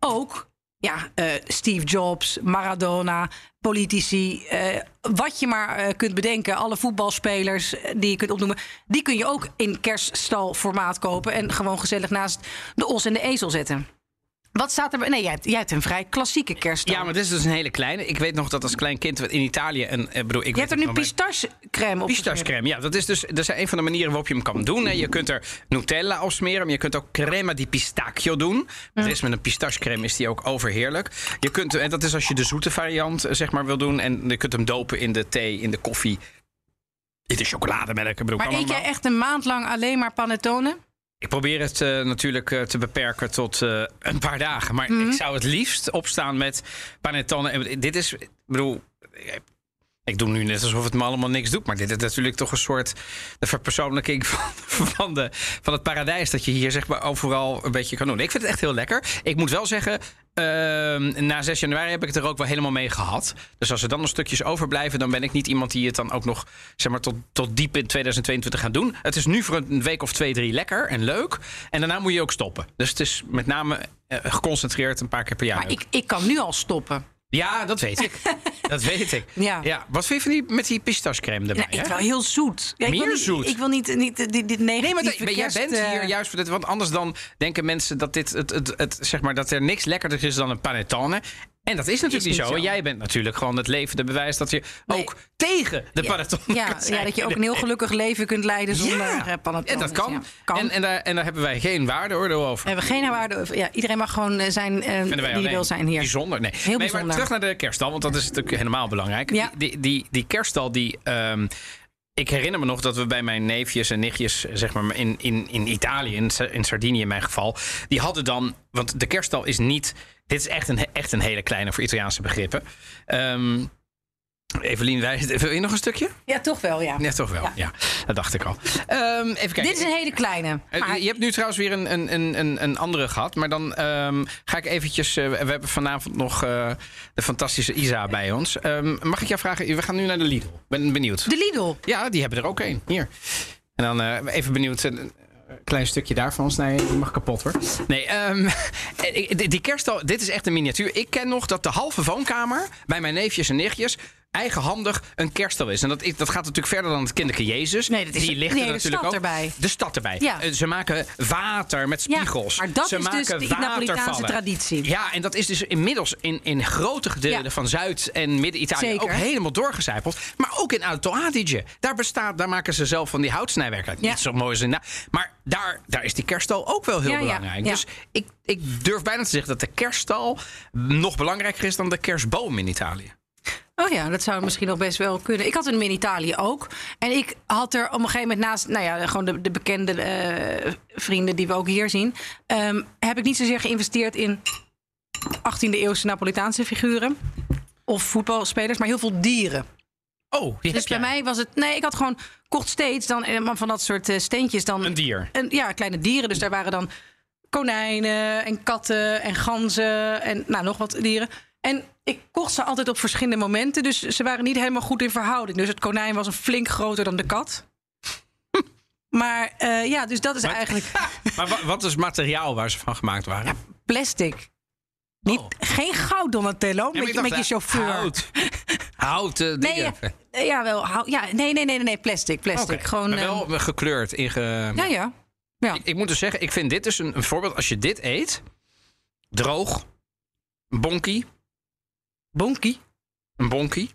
[SPEAKER 1] Ook ja, eh, Steve Jobs, Maradona, politici, eh, wat je maar eh, kunt bedenken. Alle voetbalspelers eh, die je kunt opnoemen, die kun je ook in kerststalformaat kopen en gewoon gezellig naast de os en de ezel zetten. Wat staat er? bij- Nee, jij hebt, jij hebt een vrij klassieke kerststal.
[SPEAKER 2] Ja, maar dit is dus een hele kleine. Ik weet nog dat als klein kind in Italië een. eh, bedoel, ik
[SPEAKER 1] je hebt er nu pistachecrème op.
[SPEAKER 2] Pistachecreme, ja, dat is dus dat is een van de manieren waarop je hem kan doen. hè. Je kunt er Nutella op smeren, maar je kunt ook crema di pistacchio doen. Dat is met een pistachecreme is die ook overheerlijk. Je kunt, en dat is als je de zoete variant eh, zeg maar wil doen. En je kunt hem dopen in de thee, in de koffie, in de chocolademelk. Ik bedoel,
[SPEAKER 1] Maar
[SPEAKER 2] kan
[SPEAKER 1] eet jij
[SPEAKER 2] allemaal.
[SPEAKER 1] echt een maand lang alleen maar panettone?
[SPEAKER 2] Ik probeer het eh, natuurlijk eh, te beperken tot eh, een paar dagen. Maar ik zou het liefst opstaan met panettone. En Dit is, ik bedoel, eh, ik doe nu net alsof het me allemaal niks doet. Maar dit is natuurlijk toch een soort de verpersoonlijking van, van, de, van het paradijs. Dat je hier zeg maar overal een beetje kan doen. Ik vind het echt heel lekker. Ik moet wel zeggen, ehm, na 6 januari heb ik het er ook wel helemaal mee gehad. Dus als er dan nog stukjes overblijven, dan ben ik niet iemand die het dan ook nog zeg maar, tot, tot diep in 2022 gaat doen. Het is nu voor een week of twee, drie lekker en leuk. En daarna moet je ook stoppen. Dus het is met name eh, geconcentreerd een paar keer per jaar.
[SPEAKER 1] Maar
[SPEAKER 2] leuk.
[SPEAKER 1] ik, ik kan nu al stoppen.
[SPEAKER 2] Ja, dat weet ik. dat weet ik.
[SPEAKER 1] Ja.
[SPEAKER 2] Wat vind je van die, met die pistachecreme erbij?
[SPEAKER 1] Nou, ik
[SPEAKER 2] hè?
[SPEAKER 1] wel heel zoet. Ja, ik
[SPEAKER 2] Meer
[SPEAKER 1] wil niet,
[SPEAKER 2] zoet?
[SPEAKER 1] Ik wil niet, niet eh, dit, dit negatieve
[SPEAKER 2] Nee, maar, dat- maar jij
[SPEAKER 1] kerst,
[SPEAKER 2] bent
[SPEAKER 1] eh,
[SPEAKER 2] hier juist voor dit. Want anders dan denken mensen dat, dit, het, het, het, zeg maar, dat er niks lekkerder is dan een panettone. En dat is natuurlijk
[SPEAKER 1] Is
[SPEAKER 2] niet
[SPEAKER 1] niet
[SPEAKER 2] zo. En
[SPEAKER 1] zo.
[SPEAKER 2] jij bent natuurlijk gewoon het levende bewijs dat je
[SPEAKER 1] Nee.
[SPEAKER 2] ook tegen de panettone
[SPEAKER 1] Ja,
[SPEAKER 2] kan zijn.
[SPEAKER 1] ja, dat je ook een heel gelukkig leven kunt leiden zonder
[SPEAKER 2] Ja.
[SPEAKER 1] eh, panettone.
[SPEAKER 2] En dat kan.
[SPEAKER 1] Ja, kan.
[SPEAKER 2] En, en, daar, en daar hebben wij geen waardeoordeel over.
[SPEAKER 1] we hebben geen waarde. over- Ja, iedereen mag gewoon eh, zijn eh,
[SPEAKER 2] Vinden wij
[SPEAKER 1] die hij
[SPEAKER 2] alleen
[SPEAKER 1] wil zijn hier.
[SPEAKER 2] Bijzonder, nee. nee,
[SPEAKER 1] bijzonder.
[SPEAKER 2] maar terug naar de kerststal, want dat is natuurlijk helemaal belangrijk.
[SPEAKER 1] Ja.
[SPEAKER 2] Die, die, die kerststal, die... ehm, ik herinner me nog dat we bij mijn neefjes en nichtjes, zeg maar in, in, in Italië, in, Sa- in Sardinië in mijn geval, die hadden dan, want de kerststal is niet, dit is echt een, echt een hele kleine voor Italiaanse begrippen. Ehm, Evelien, wij, wil je nog een stukje?
[SPEAKER 1] Ja, toch wel, ja.
[SPEAKER 2] Ja, toch wel. Ja, dat dacht ik al. Ehm, even kijken.
[SPEAKER 1] Dit is een hele kleine.
[SPEAKER 2] Eh,
[SPEAKER 1] Maar
[SPEAKER 2] Je hebt nu trouwens weer een, een- een, een, een andere gehad. Maar dan ehm, ga ik eventjes... eh, we hebben vanavond nog eh, de fantastische Isa bij ons. Ehm, mag ik jou vragen? We gaan nu naar de Lidl. Ben benieuwd.
[SPEAKER 1] de Lidl.
[SPEAKER 2] Ja, die hebben er ook één. Hier. En dan eh, even benieuwd. Een klein stukje daar van ons. Nee, die mag kapot hoor. Nee, ehm, ik- die die kerststal, dit is echt een miniatuur. Ik ken nog dat de halve woonkamer bij mijn neefjes en nichtjes eigenhandig een kerststal is. En dat, is- dat gaat natuurlijk verder dan het kinderke Jezus.
[SPEAKER 1] Nee, dat is
[SPEAKER 2] die
[SPEAKER 1] de-
[SPEAKER 2] ligt
[SPEAKER 1] nee,
[SPEAKER 2] er
[SPEAKER 1] de
[SPEAKER 2] natuurlijk
[SPEAKER 1] stad
[SPEAKER 2] ook.
[SPEAKER 1] erbij.
[SPEAKER 2] De stad erbij.
[SPEAKER 1] Ja.
[SPEAKER 2] Eh, ze maken water met
[SPEAKER 1] Ja,
[SPEAKER 2] spiegels.
[SPEAKER 1] maar dat
[SPEAKER 2] ze
[SPEAKER 1] is dus
[SPEAKER 2] maken
[SPEAKER 1] die Napolitaanse
[SPEAKER 2] watervallen.
[SPEAKER 1] traditie.
[SPEAKER 2] Ja, en dat is dus inmiddels in, in grote gedeelten
[SPEAKER 1] Ja.
[SPEAKER 2] van Zuid- en Midden-Italië
[SPEAKER 1] Zeker.
[SPEAKER 2] ook helemaal doorgecijpeld. Maar ook in Alto Adige. Daar, bestaat, daar maken ze zelf van die houtsnijwerk uit.
[SPEAKER 1] Ja.
[SPEAKER 2] Niet zo mooi als in... Maar daar, daar is die kerststal ook wel heel
[SPEAKER 1] Ja, ja,
[SPEAKER 2] belangrijk.
[SPEAKER 1] ja.
[SPEAKER 2] Dus ik, ik durf bijna te zeggen dat de kerststal nog belangrijker is dan de kerstboom in Italië.
[SPEAKER 1] Oh ja, dat zou misschien nog best wel kunnen. Ik had hem in Italië ook. En ik had er op een gegeven moment naast, nou ja, gewoon de, de bekende eh, vrienden die we ook hier zien, ehm, heb ik niet zozeer geïnvesteerd in 18e eeuwse Napolitaanse figuren of voetbalspelers, maar heel veel dieren.
[SPEAKER 2] Oh, die
[SPEAKER 1] Dus
[SPEAKER 2] heb
[SPEAKER 1] bij
[SPEAKER 2] jij.
[SPEAKER 1] mij was het, nee, ik had gewoon kocht steeds dan eh, van dat soort eh, steentjes dan
[SPEAKER 2] Een dier.
[SPEAKER 1] een- ja, kleine dieren. Dus daar waren dan konijnen en katten en ganzen en nou, nog wat dieren. En ik kocht ze altijd op verschillende momenten. Dus ze waren niet helemaal goed in verhouding. Dus het konijn was een flink groter dan de kat. Maar eh, ja, dus dat is eigenlijk
[SPEAKER 2] Maar wa- wat is het materiaal waar ze van gemaakt waren?
[SPEAKER 1] plastic. Niet, Geen goud, Donatello,
[SPEAKER 2] Oh. Ja, maar
[SPEAKER 1] met, je-
[SPEAKER 2] ik dacht,
[SPEAKER 1] met je
[SPEAKER 2] eh,
[SPEAKER 1] chauffeur.
[SPEAKER 2] Hout. Hout. eh,
[SPEAKER 1] Nee,
[SPEAKER 2] dingen.
[SPEAKER 1] ja, ja, wel, hout. ja, nee, nee, nee, nee, nee, plastic. plastic.
[SPEAKER 2] Oké,
[SPEAKER 1] Gewoon,
[SPEAKER 2] maar
[SPEAKER 1] eh,
[SPEAKER 2] wel gekleurd. Inge...
[SPEAKER 1] ja, ja. ja.
[SPEAKER 2] Ik, ik moet dus zeggen, ik vind dit dus een, een voorbeeld. Als je dit eet, droog, een bonkie,
[SPEAKER 1] Bonkie.
[SPEAKER 2] een bonkie.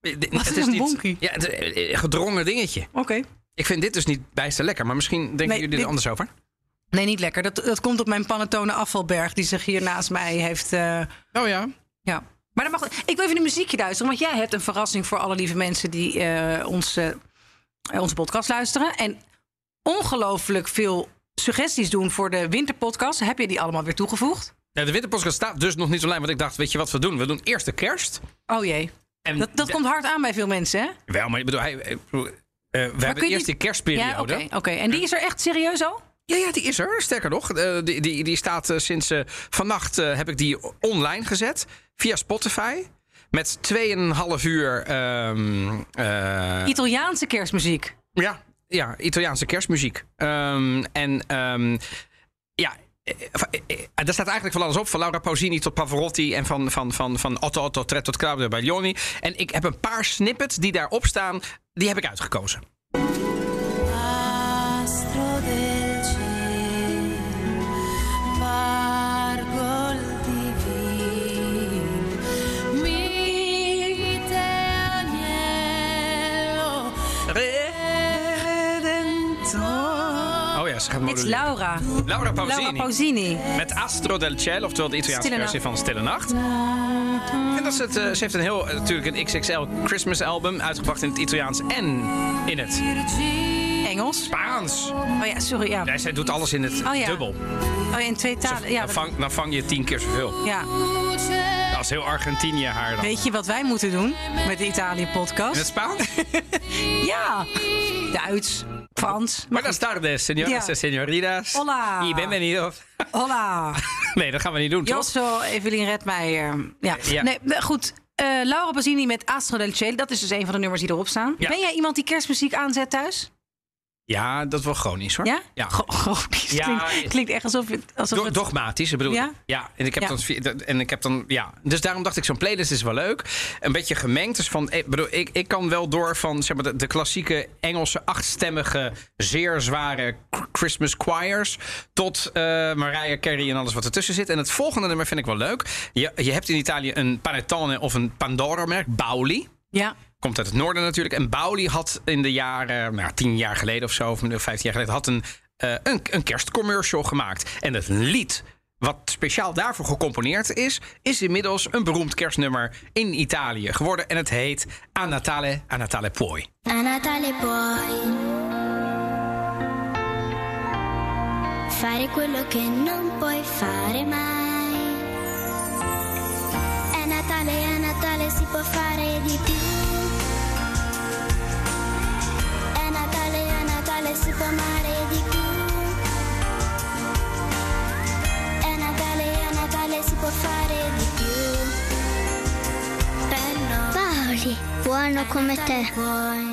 [SPEAKER 2] Eh, dit-
[SPEAKER 1] Wat is een bonkie?
[SPEAKER 2] Ja, het, eh, eh, gedrongen dingetje.
[SPEAKER 1] Oké.
[SPEAKER 2] Ik vind dit dus niet bijster lekker, maar misschien denken
[SPEAKER 1] Nee,
[SPEAKER 2] jullie er
[SPEAKER 1] dit-
[SPEAKER 2] anders over.
[SPEAKER 1] Nee, niet lekker. Dat, dat komt op mijn panettone afvalberg die zich hier naast mij heeft. eh,
[SPEAKER 2] Oh ja.
[SPEAKER 1] ja. Maar dan mag, ik wil even een muziekje luisteren, want jij hebt een verrassing voor alle lieve mensen die eh, ons, eh, onze podcast luisteren. En ongelooflijk veel suggesties doen voor de winterpodcast. Heb je die allemaal weer toegevoegd?
[SPEAKER 2] de winterpodcast staat dus nog niet online, want ik dacht, weet je wat we doen? We doen eerst de kerst.
[SPEAKER 1] Oh jee.
[SPEAKER 2] En
[SPEAKER 1] Dat, dat
[SPEAKER 2] de-
[SPEAKER 1] komt hard aan bij veel mensen, hè?
[SPEAKER 2] Wel, maar ik bedoel, hij, eh, ik bedoel, eh, we hebben
[SPEAKER 1] kun je niet-
[SPEAKER 2] eerst die
[SPEAKER 1] Ja, oké.
[SPEAKER 2] kerstperiode.
[SPEAKER 1] oké. En die is er echt serieus al?
[SPEAKER 2] Ja, ja, die is er. Sterker nog, eh, die, die, die staat eh, sinds eh, vannacht eh, heb ik die online gezet via Spotify. Met 2,5 uur. ehm, eh,
[SPEAKER 1] Italiaanse kerstmuziek.
[SPEAKER 2] ja, ja, Italiaanse kerstmuziek. Ehm, en ehm, ja. eh, eh, eh, Daar staat eigenlijk van alles op. Van Laura Pausini tot Pavarotti. En van, van, van, van Otto Otto Tret tot Claudio Baglioni. En ik heb een paar snippets die daarop staan. Die heb ik uitgekozen.
[SPEAKER 4] Astro del cielo, pargol divino, mi te agnello redentor.
[SPEAKER 2] Oh ja, ze gaat
[SPEAKER 1] Dit is
[SPEAKER 2] moduleren.
[SPEAKER 1] Laura. Laura
[SPEAKER 2] Laura Pausini.
[SPEAKER 1] Pausini.
[SPEAKER 2] Met Astro del Cielo, oftewel de Italiaanse
[SPEAKER 1] Stille
[SPEAKER 2] versie van Stille Nacht. En dat is het, eh, ze heeft een heel, eh, natuurlijk een XXL Christmas album uitgebracht in het Italiaans en in het
[SPEAKER 1] Engels.
[SPEAKER 2] Spaans.
[SPEAKER 1] Oh ja, sorry. Ja.
[SPEAKER 2] Ja, zij doet alles in het
[SPEAKER 1] Oh ja.
[SPEAKER 2] dubbel.
[SPEAKER 1] Oh, in twee talen. Ja,
[SPEAKER 2] dan,
[SPEAKER 1] dat-
[SPEAKER 2] vang, dan vang je tien keer zoveel.
[SPEAKER 1] ja.
[SPEAKER 2] Dat is heel Argentinië haar dan. In
[SPEAKER 1] Weet je wat wij moeten doen met de
[SPEAKER 2] het
[SPEAKER 1] Italië-podcast?
[SPEAKER 2] Spaans?
[SPEAKER 1] Ja, Duits, Frans.
[SPEAKER 2] Buenas tardes,
[SPEAKER 1] Ja.
[SPEAKER 2] señoras en señoritas.
[SPEAKER 1] Hola.
[SPEAKER 2] Y bienvenidos.
[SPEAKER 1] Hola,
[SPEAKER 2] Nee, dat gaan we niet doen, toch?
[SPEAKER 1] Josso, Evelien Redmeijer. Ja,
[SPEAKER 2] Ja.
[SPEAKER 1] Nee, nou, goed. Eh, Laura Basini met Astro del Cielo. Dat is dus een van de nummers die erop staan.
[SPEAKER 2] Ja.
[SPEAKER 1] Ben jij iemand die kerstmuziek aanzet thuis?
[SPEAKER 2] Ja, dat wel chronisch, hoor.
[SPEAKER 1] Ja?
[SPEAKER 2] Ja.
[SPEAKER 1] Go- go-
[SPEAKER 2] Ja.
[SPEAKER 1] klinkt, klinkt echt alsof, je- alsof
[SPEAKER 2] Do-
[SPEAKER 1] het...
[SPEAKER 2] dogmatisch, ik bedoel. Ja?
[SPEAKER 1] Ja?
[SPEAKER 2] en ik heb
[SPEAKER 1] Ja.
[SPEAKER 2] dan vi- dat- en ik heb dan ja. Dus daarom dacht ik zo'n playlist is wel leuk. Een beetje gemengd, dus van ik bedoel ik, ik kan wel door van zeg maar de, de klassieke Engelse achtstemmige zeer zware k- Christmas choirs tot eh Mariah Carey en alles wat ertussen zit. En het volgende nummer vind ik wel leuk. Je, je hebt in Italië een panettone of een pandoro merk, Bauli.
[SPEAKER 1] Ja,
[SPEAKER 2] Komt uit het noorden natuurlijk. En Bauli had in de jaren, nou, tien jaar geleden of zo, of vijftien jaar geleden, had een, eh, een, een kerstcommercial gemaakt. En het lied, wat speciaal daarvoor gecomponeerd is, is inmiddels een beroemd kerstnummer in Italië geworden. En het heet A Natale, A Natale Poi.
[SPEAKER 4] A Natale puoi fare quello che non puoi fare mai. È Natale, è Natale, si può fare di più. È Natale, è Natale, si può amare di più. È Natale, è Natale, si può fare di più. Per Paoli, buono come te.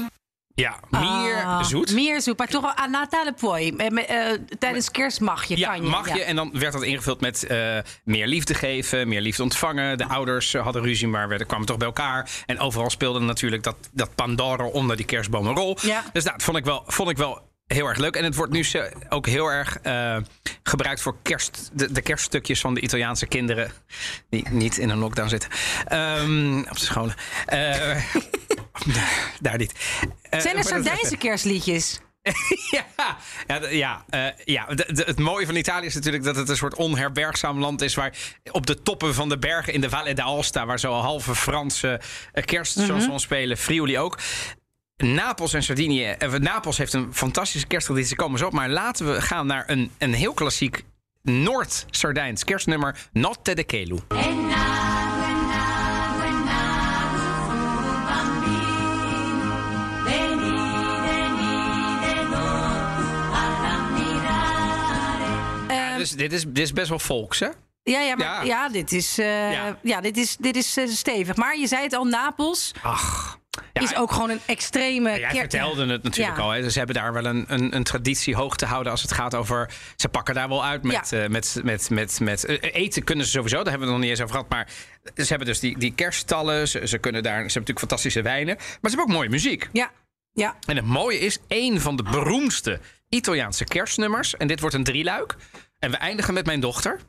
[SPEAKER 2] Ja, meer
[SPEAKER 1] Ah,
[SPEAKER 2] zoet.
[SPEAKER 1] Meer zoet, maar toch wel aan Natale Poi. Eh, me- eh, Tijdens kerst mag je,
[SPEAKER 2] Ja,
[SPEAKER 1] kan je.
[SPEAKER 2] mag je.
[SPEAKER 1] ja.
[SPEAKER 2] En dan werd dat ingevuld met eh, meer liefde geven, meer liefde ontvangen. De ouders eh, hadden ruzie, maar werden, kwamen toch bij elkaar. En overal speelde natuurlijk dat, dat Pandora onder die kerstboom een rol.
[SPEAKER 1] Ja.
[SPEAKER 2] Dus dat vond ik, wel, vond ik wel heel erg leuk. En het wordt nu ze- ook heel erg eh, gebruikt voor kerst, de, de kerststukjes van de Italiaanse kinderen. Die niet in een lockdown zitten. Ehm, op de scholen. Eh, daar niet. Eh,
[SPEAKER 1] Zijn er
[SPEAKER 2] maar dat-
[SPEAKER 1] Sardijnse kerstliedjes?
[SPEAKER 2] ja, ja, d- ja, eh, ja. D- d- het mooie van Italië is natuurlijk dat het een soort onherbergzaam land is. Waar op de toppen van de bergen in de Valle d'Aosta, waar zo'n halve Franse eh, kerstchansons spelen, Friuli ook. Napels en Sardinië. eh, Napels heeft een fantastische kersttraditie, daar komen ze op. Maar laten we gaan naar een, een heel klassiek Noord-Sardijns kerstnummer, Notte de Kelu. Dus dit is, dit is best wel volks, hè?
[SPEAKER 1] Ja, ja, maar,
[SPEAKER 2] Ja.
[SPEAKER 1] ja. dit is, eh,
[SPEAKER 2] Ja.
[SPEAKER 1] ja. dit is, dit is eh, stevig. Maar je zei het al, Napels
[SPEAKER 2] Ach. Ja,
[SPEAKER 1] is ook gewoon een extreme
[SPEAKER 2] Ja, Jij
[SPEAKER 1] kerk-
[SPEAKER 2] vertelde het natuurlijk
[SPEAKER 1] Ja.
[SPEAKER 2] al. Hè. Dus Ze hebben daar wel een, een, een traditie hoog te houden als het gaat over. Ze pakken daar wel uit met.
[SPEAKER 1] Ja.
[SPEAKER 2] eh, met, met, met, met eh, eten kunnen ze sowieso, daar hebben we het nog niet eens over gehad. Maar ze hebben dus die, die kerststallen. Ze, ze kunnen daar. Ze hebben natuurlijk fantastische wijnen. Maar ze hebben ook mooie muziek.
[SPEAKER 1] Ja, ja.
[SPEAKER 2] En het mooie is, één van de beroemdste Italiaanse kerstnummers. En dit wordt een drieluik. En we eindigen met mijn dochter.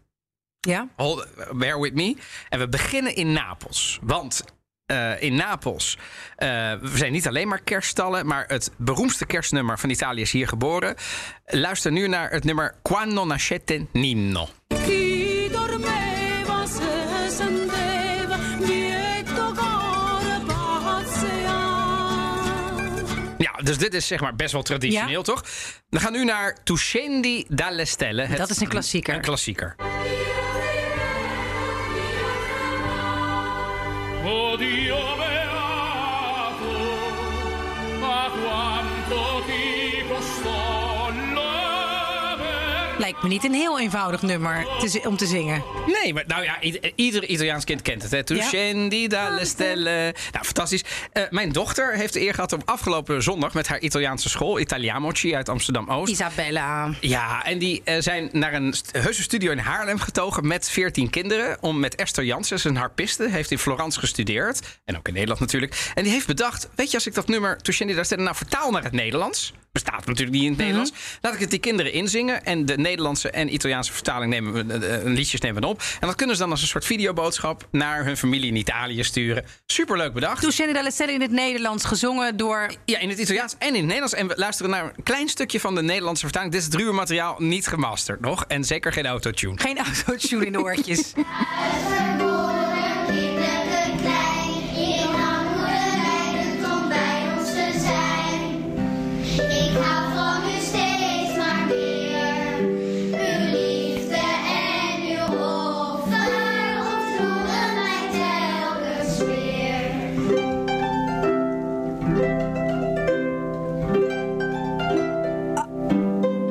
[SPEAKER 1] ja.
[SPEAKER 2] Hold, bear with me. En we beginnen in Napels. Want eh, in Napels eh, we zijn niet alleen maar kerststallen, maar het beroemdste kerstnummer van Italië is hier geboren. Luister nu naar het nummer Quando nascete Nino.
[SPEAKER 5] Chi dormeva se sentiva lieto cuore pazzear.
[SPEAKER 2] Ja, dus dit is zeg maar best wel traditioneel,
[SPEAKER 1] Ja.
[SPEAKER 2] toch? We gaan nu naar Tu scendi dalle stelle. Het-
[SPEAKER 1] Dat is een klassieker.
[SPEAKER 2] Een klassieker.
[SPEAKER 6] Oh Dio beato, ma quanto ti consolo e benedico.
[SPEAKER 1] Lijkt me niet een heel eenvoudig nummer te zi- om te zingen.
[SPEAKER 2] Nee, maar nou ja, i- ieder Italiaans kind kent het. Hè? Tu
[SPEAKER 1] Ja.
[SPEAKER 2] scendi dalle stelle. Nou, fantastisch. Eh, mijn dochter heeft de eer gehad om afgelopen zondag met haar Italiaanse school, Italiamoci uit Amsterdam-Oost.
[SPEAKER 1] Isabella.
[SPEAKER 2] Ja, en die eh, zijn naar een st- heuse studio in Haarlem getogen met 14 kinderen. Om met Esther Janssens, een harpiste, heeft in Florence gestudeerd. En ook in Nederland natuurlijk. En die heeft bedacht, weet je, als ik dat nummer Tu scendi dalle stelle nou vertaal naar het Nederlands. Bestaat natuurlijk niet in het Nederlands. Laat ik het die kinderen inzingen. En de Nederlandse en Italiaanse vertaling nemen we, eh, eh, liedjes nemen we dan op. En dat kunnen ze dan als een soort videoboodschap naar hun familie in Italië sturen. Superleuk bedacht.
[SPEAKER 1] Toussaint Dalestelle in het Nederlands gezongen door...
[SPEAKER 2] Ja, in het Italiaans en in het Nederlands. En we luisteren naar een klein stukje van de Nederlandse vertaling. Dit is het ruwe materiaal, niet gemasterd nog. En zeker geen autotune.
[SPEAKER 1] Geen autotune in de oortjes.
[SPEAKER 4] Ik hou van u steeds maar meer. Uw liefde en uw offer ontroeren mij telkens weer.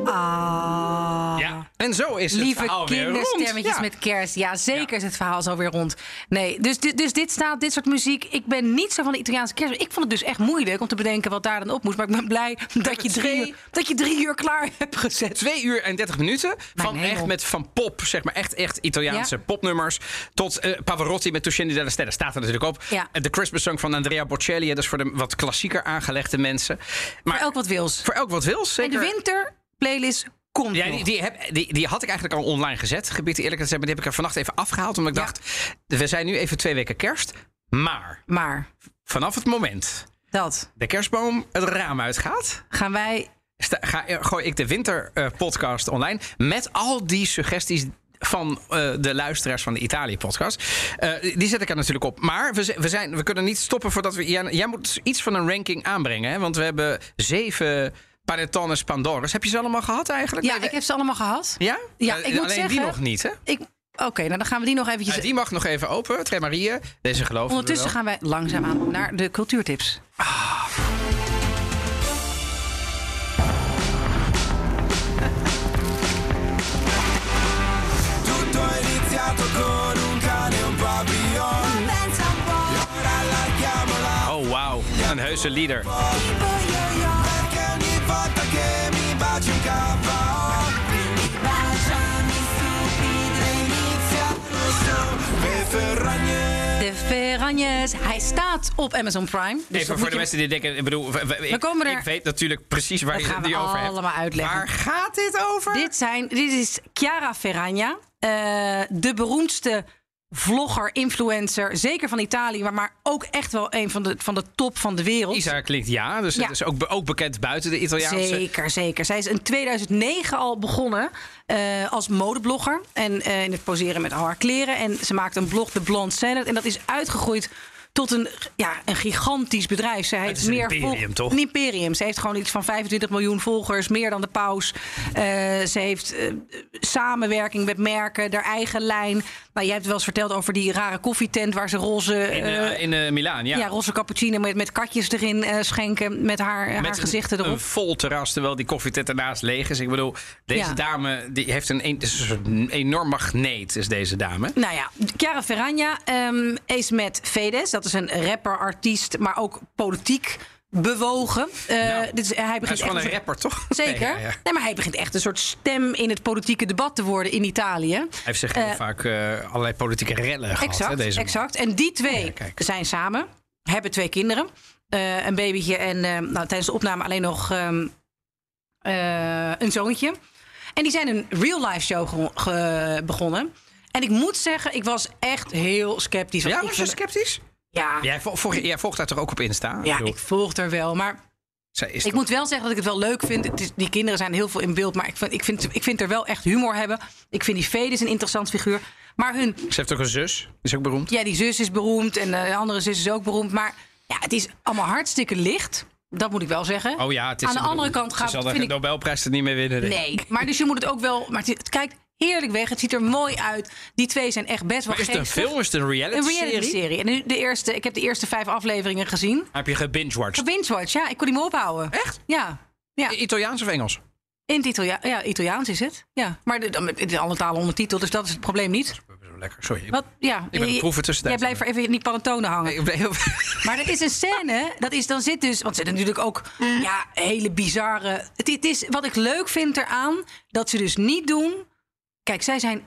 [SPEAKER 1] Ah.
[SPEAKER 2] Ja. En zo is het
[SPEAKER 1] Lieve
[SPEAKER 2] verhaal weer rond.
[SPEAKER 1] kinderstemmetjes
[SPEAKER 2] Ja.
[SPEAKER 1] met kerst. Ja, zeker
[SPEAKER 2] Ja.
[SPEAKER 1] is het verhaal zo weer rond. Nee, dus, di- dus dit staat, dit soort muziek. Ik ben niet zo van de Italiaanse kerst. Ik vond het dus echt moeilijk om te bedenken wat daar dan op moest. Maar ik ben blij dat je
[SPEAKER 2] het
[SPEAKER 1] drie,
[SPEAKER 2] twee-
[SPEAKER 1] uur- dat je drie uur klaar hebt gezet.
[SPEAKER 2] Twee uur en 30 minuten van,
[SPEAKER 1] hemel.
[SPEAKER 2] echt met, van pop, zeg maar echt, echt Italiaanse
[SPEAKER 1] Ja.
[SPEAKER 2] popnummers. Tot eh, Pavarotti met Tuscendi della Stella staat er natuurlijk op.
[SPEAKER 1] Ja.
[SPEAKER 2] Eh, De Christmas song van Andrea Bocelli. Dat is voor de wat klassieker aangelegde mensen. Maar
[SPEAKER 1] Elk wat wils.
[SPEAKER 2] voor elk wat wil, zeker.
[SPEAKER 1] En de winterplaylist komt
[SPEAKER 2] Ja,
[SPEAKER 1] nog.
[SPEAKER 2] die, die, heb, die, die had ik eigenlijk al online gezet, gebied eerlijk te zijn. Maar die heb ik er vannacht even afgehaald. Omdat ik
[SPEAKER 1] Ja.
[SPEAKER 2] dacht, we zijn nu even twee weken kerst. Maar
[SPEAKER 1] Maar
[SPEAKER 2] vanaf het moment
[SPEAKER 1] dat
[SPEAKER 2] de kerstboom het raam uitgaat...
[SPEAKER 1] gaan wij...
[SPEAKER 2] sta- ga, eh, gooi ik de winterpodcast online met al die suggesties... Van eh, de luisteraars van de Italië-podcast. Eh, die zet ik er natuurlijk op. Maar we, z- we, zijn, we kunnen niet stoppen voordat we. Jij, jij moet iets van een ranking aanbrengen. Hè? Want we hebben zeven Panettones Pandoras. Heb je ze allemaal gehad eigenlijk?
[SPEAKER 1] Ja,
[SPEAKER 2] Nee, we-
[SPEAKER 1] ik heb ze allemaal gehad.
[SPEAKER 2] ja?
[SPEAKER 1] Ja,
[SPEAKER 2] Eh,
[SPEAKER 1] ik moet
[SPEAKER 2] Alleen die
[SPEAKER 1] zeggen-
[SPEAKER 2] nog niet, hè?
[SPEAKER 1] Ik, Oké, nou dan gaan we die nog eventjes...
[SPEAKER 2] Ja, die mag nog even open. Tre Marie, deze geloven we
[SPEAKER 1] Ondertussen
[SPEAKER 2] wel.
[SPEAKER 1] gaan wij langzaamaan naar de cultuurtips.
[SPEAKER 7] Tutto è iniziato con un cane e un papillon
[SPEAKER 3] Pensa un po',
[SPEAKER 7] Ora allarghiamola
[SPEAKER 2] Oh, wauw. Een heuse
[SPEAKER 1] Dus
[SPEAKER 2] leader.
[SPEAKER 3] tipo yo-yo,
[SPEAKER 7] Perché ogni volta che mi baci un KO
[SPEAKER 3] baciami stupido
[SPEAKER 7] Inizia lo show per Ferragne
[SPEAKER 1] De Ferranjes. Hij staat op Amazon Prime. Dus dat
[SPEAKER 2] Even
[SPEAKER 1] moet
[SPEAKER 2] voor de
[SPEAKER 1] je-
[SPEAKER 2] mensen die denken, ik bedoel, we- we- ik,
[SPEAKER 1] komen er-
[SPEAKER 2] ik weet natuurlijk precies waar
[SPEAKER 1] Dat
[SPEAKER 2] je
[SPEAKER 1] gaan
[SPEAKER 2] het
[SPEAKER 1] we
[SPEAKER 2] nu over hebt.
[SPEAKER 1] allemaal uitleggen.
[SPEAKER 2] Waar gaat dit over?
[SPEAKER 1] Dit, zijn, dit is Chiara Ferragna, eh, de beroemdste vlogger, influencer, zeker van Italië, maar, maar ook echt wel een van de, van de top van de wereld.
[SPEAKER 2] Isa klinkt ja, dus
[SPEAKER 1] Ja.
[SPEAKER 2] het is ook, be- ook bekend buiten de Italiaanse.
[SPEAKER 1] Zeker, zeker. Zij is in 2009 al begonnen eh, als modeblogger. En eh, in het poseren met haar kleren. En ze maakt een blog, The Blonde Salad. En dat is uitgegroeid tot een, ja, een gigantisch bedrijf. Zij heeft
[SPEAKER 2] is een
[SPEAKER 1] meer vol-
[SPEAKER 2] imperium, toch?
[SPEAKER 1] Een imperium. Ze heeft gewoon iets van 25 miljoen volgers. Meer dan de paus. Eh, ze heeft eh, samenwerking met merken. Haar eigen lijn. Nou, jij hebt wel eens verteld over die rare koffietent... waar ze roze...
[SPEAKER 2] In,
[SPEAKER 1] eh,
[SPEAKER 2] eh, in eh, Milaan, ja.
[SPEAKER 1] ja, roze cappuccino met, met katjes erin eh, schenken. Met haar, haar
[SPEAKER 2] Met een-
[SPEAKER 1] gezichten erop.
[SPEAKER 2] een vol terras, terwijl die koffietent daarnaast leeg is. Ik bedoel, deze
[SPEAKER 1] Ja.
[SPEAKER 2] dame die heeft een, een, is een soort enorm magneet, is deze dame.
[SPEAKER 1] Nou ja, Chiara Ferragna ehm, is met Fedes. Dat is een rapper, artiest, maar ook politiek bewogen. Eh,
[SPEAKER 2] Nou,
[SPEAKER 1] dit is, hij
[SPEAKER 2] Hij
[SPEAKER 1] begint
[SPEAKER 2] is gewoon
[SPEAKER 1] echt
[SPEAKER 2] een
[SPEAKER 1] soort-
[SPEAKER 2] rapper, toch?
[SPEAKER 1] Zeker.
[SPEAKER 2] Nee, ja, ja. Hij
[SPEAKER 1] Nee, maar hij begint echt een soort stem in het politieke debat te worden in Italië.
[SPEAKER 2] heeft zich heel
[SPEAKER 1] Eh,
[SPEAKER 2] vaak eh, allerlei politieke rellen gehad, hè,
[SPEAKER 1] Exact,
[SPEAKER 2] deze man.
[SPEAKER 1] exact. En die twee
[SPEAKER 2] ja, kijk.
[SPEAKER 1] zijn samen, hebben twee kinderen. Eh, een babytje en eh, nou, tijdens de opname alleen nog ehm, eh, een zoontje. En die zijn een real-life show ge- ge- begonnen. En ik moet zeggen, ik was echt heel sceptisch. want
[SPEAKER 2] Ja,
[SPEAKER 1] ik
[SPEAKER 2] was je
[SPEAKER 1] vind-
[SPEAKER 2] sceptisch?
[SPEAKER 1] Ja, ja,
[SPEAKER 2] Jij, vo- volg- jij volgt haar toch ook op Insta? Ik bedoel,
[SPEAKER 1] ik volg er wel. Maar
[SPEAKER 2] zij is
[SPEAKER 1] ik
[SPEAKER 2] toch-
[SPEAKER 1] moet wel zeggen dat ik het wel leuk vind. Het is, die kinderen zijn heel veel in beeld. Maar ik vind, ik, vind, ik vind er wel echt humor hebben. Ik vind die Fedis een interessant figuur. Maar hun
[SPEAKER 2] Ze heeft ook een zus, die is ook beroemd.
[SPEAKER 1] Ja, die zus is beroemd en eh, de andere zus is ook beroemd. Maar ja, het is allemaal hartstikke licht. Dat moet ik wel zeggen.
[SPEAKER 2] Oh ja, het is
[SPEAKER 1] Aan de
[SPEAKER 2] ik bedoel,
[SPEAKER 1] andere kant gaat
[SPEAKER 2] Ze zal
[SPEAKER 1] het,
[SPEAKER 2] de
[SPEAKER 1] vind ik...
[SPEAKER 2] Nobelprijs er niet meer winnen. denk ik.
[SPEAKER 1] Nee, maar dus je moet het ook wel... Maar het, het kijkt heerlijk weg. Het ziet er mooi uit. Die twee zijn echt best wel
[SPEAKER 2] Maar is het een
[SPEAKER 1] geestig.
[SPEAKER 2] film? Is het een
[SPEAKER 1] Een
[SPEAKER 2] reality-serie?
[SPEAKER 1] reality-serie. En nu de eerste, ik heb de eerste vijf afleveringen gezien.
[SPEAKER 2] Heb je gebingewatcht?
[SPEAKER 1] Binge-watch, ja. Ik kon die me ophouden.
[SPEAKER 2] Echt?
[SPEAKER 1] Ja. Ja,
[SPEAKER 2] Italiaans of Engels?
[SPEAKER 1] in het Italia ja, Italiaans is het. Ja, maar de, dan met- in alle talen ondertiteld, dus dat is het probleem niet.
[SPEAKER 2] Zo Lekker, sorry.
[SPEAKER 1] Wat, ja,
[SPEAKER 2] Ik ben
[SPEAKER 1] je-
[SPEAKER 2] proeven
[SPEAKER 1] Jij
[SPEAKER 2] tussentijd.
[SPEAKER 1] blijft er even in die panettone hangen.
[SPEAKER 2] Ik ben heel-
[SPEAKER 1] Maar er is een scène, dat is, dan zit dus... Want ze zijn natuurlijk ook ja, hele bizarre... Het, het is, wat ik leuk vind eraan, dat ze dus niet doen... Kijk, zij zijn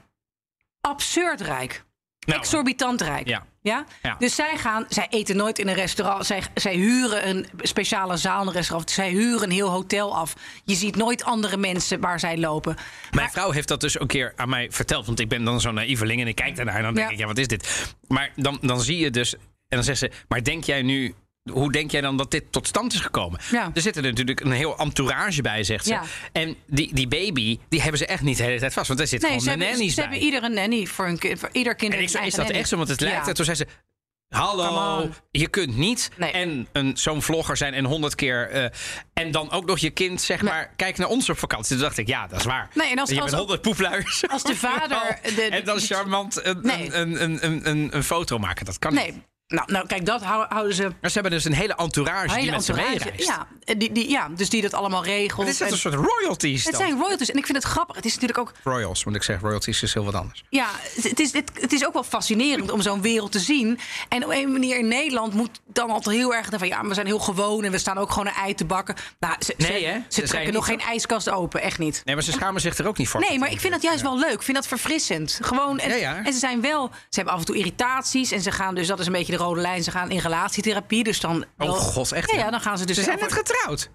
[SPEAKER 1] absurd rijk.
[SPEAKER 2] Nou,
[SPEAKER 1] Exorbitant rijk.
[SPEAKER 2] Ja.
[SPEAKER 1] Ja?
[SPEAKER 2] Ja.
[SPEAKER 1] Dus zij gaan, zij eten nooit in een restaurant. Zij, zij huren een speciale zaal in een restaurant. Zij huren een heel hotel af. Je ziet nooit andere mensen waar zij lopen.
[SPEAKER 2] Mijn vrouw heeft dat dus een keer aan mij verteld. Want ik ben dan zo'n naïveling en ik kijk daarnaar en dan denk
[SPEAKER 1] Ja.
[SPEAKER 2] ik, ja, wat is dit? Maar dan, dan zie je dus, en dan zegt ze, maar denk jij nu... Hoe denk jij dan dat dit tot stand is gekomen?
[SPEAKER 1] Ja.
[SPEAKER 2] Er zit er natuurlijk een heel entourage bij, zegt ze.
[SPEAKER 1] Ja.
[SPEAKER 2] En die, die baby, die hebben ze echt niet de hele tijd vast. Want er zit
[SPEAKER 1] Nee,
[SPEAKER 2] gewoon
[SPEAKER 1] ze
[SPEAKER 2] een
[SPEAKER 1] hebben,
[SPEAKER 2] nanny's
[SPEAKER 1] ze
[SPEAKER 2] bij.
[SPEAKER 1] hebben ieder een nanny voor, een, kind- voor ieder kind.
[SPEAKER 2] En ik
[SPEAKER 1] heeft
[SPEAKER 2] zo,
[SPEAKER 1] een
[SPEAKER 2] is
[SPEAKER 1] eigen
[SPEAKER 2] dat
[SPEAKER 1] nanny.
[SPEAKER 2] echt zo? Want het
[SPEAKER 1] Ja.
[SPEAKER 2] lijkt er. Toen zei ze...
[SPEAKER 1] Come
[SPEAKER 2] Hallo,
[SPEAKER 1] on.
[SPEAKER 2] je kunt niet
[SPEAKER 1] Nee.
[SPEAKER 2] en een, zo'n vlogger zijn en honderd keer... eh, en dan ook nog je kind, zeg
[SPEAKER 1] Nee.
[SPEAKER 2] maar, kijk naar ons op vakantie. Toen dacht ik, ja, dat is waar.
[SPEAKER 1] Nee, en als-
[SPEAKER 2] je
[SPEAKER 1] als-
[SPEAKER 2] bent honderd poepluiers.
[SPEAKER 1] als de vader de-
[SPEAKER 2] en dan
[SPEAKER 1] de-
[SPEAKER 2] charmant een,
[SPEAKER 1] Nee.
[SPEAKER 2] een, een, een, een, een foto maken, dat kan niet.
[SPEAKER 1] Nee, nou, nou kijk, dat hou- houden ze...
[SPEAKER 2] Maar ze hebben dus een hele entourage die met ze
[SPEAKER 1] entourage.
[SPEAKER 2] meereist.
[SPEAKER 1] Ja, eh, die, die, ja, dus die dat allemaal regelt.
[SPEAKER 2] Het is net
[SPEAKER 1] En-
[SPEAKER 2] een soort royalties
[SPEAKER 1] het
[SPEAKER 2] dan.
[SPEAKER 1] zijn royalties en ik vind het grappig. Het is natuurlijk ook,
[SPEAKER 2] Royals, want ik zeg royalties is heel wat anders.
[SPEAKER 1] ja, het- het is, het, het is ook wel fascinerend om zo'n wereld te zien. En op een manier in Nederland moet dan altijd heel erg van ja, we zijn heel gewoon en we staan ook gewoon een ei te bakken. Nou, ze,
[SPEAKER 2] Nee,
[SPEAKER 1] ze,
[SPEAKER 2] hè?
[SPEAKER 1] ze
[SPEAKER 2] Ze
[SPEAKER 1] trekken
[SPEAKER 2] zijn
[SPEAKER 1] nog
[SPEAKER 2] niet-
[SPEAKER 1] geen ijskast open, echt niet.
[SPEAKER 2] Nee, maar ze schamen zich er ook niet voor.
[SPEAKER 1] Nee, maar ik vind dat juist wel leuk. Ik vind dat verfrissend. Gewoon, en,
[SPEAKER 2] Ja, ja.
[SPEAKER 1] en ze zijn wel, ze hebben af en toe irritaties. En ze gaan dus, dat is een beetje de rode lijn, ze gaan in relatietherapie. Dus dan.
[SPEAKER 2] Oh
[SPEAKER 1] wel-
[SPEAKER 2] god, echt?
[SPEAKER 1] Ja,
[SPEAKER 2] hè?
[SPEAKER 1] ja, dan gaan ze dus.
[SPEAKER 2] Ze zijn
[SPEAKER 1] wel-
[SPEAKER 2] net getrouwd.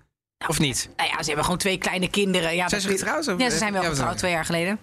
[SPEAKER 2] Of niet?
[SPEAKER 1] Nou ja, ze hebben gewoon twee kleine kinderen. Ja,
[SPEAKER 2] Zijn
[SPEAKER 1] dat-
[SPEAKER 2] ze getrouwd? Of-
[SPEAKER 1] Ja, ze zijn wel
[SPEAKER 2] Ja, wat
[SPEAKER 1] getrouwd
[SPEAKER 2] dan?
[SPEAKER 1] twee jaar geleden.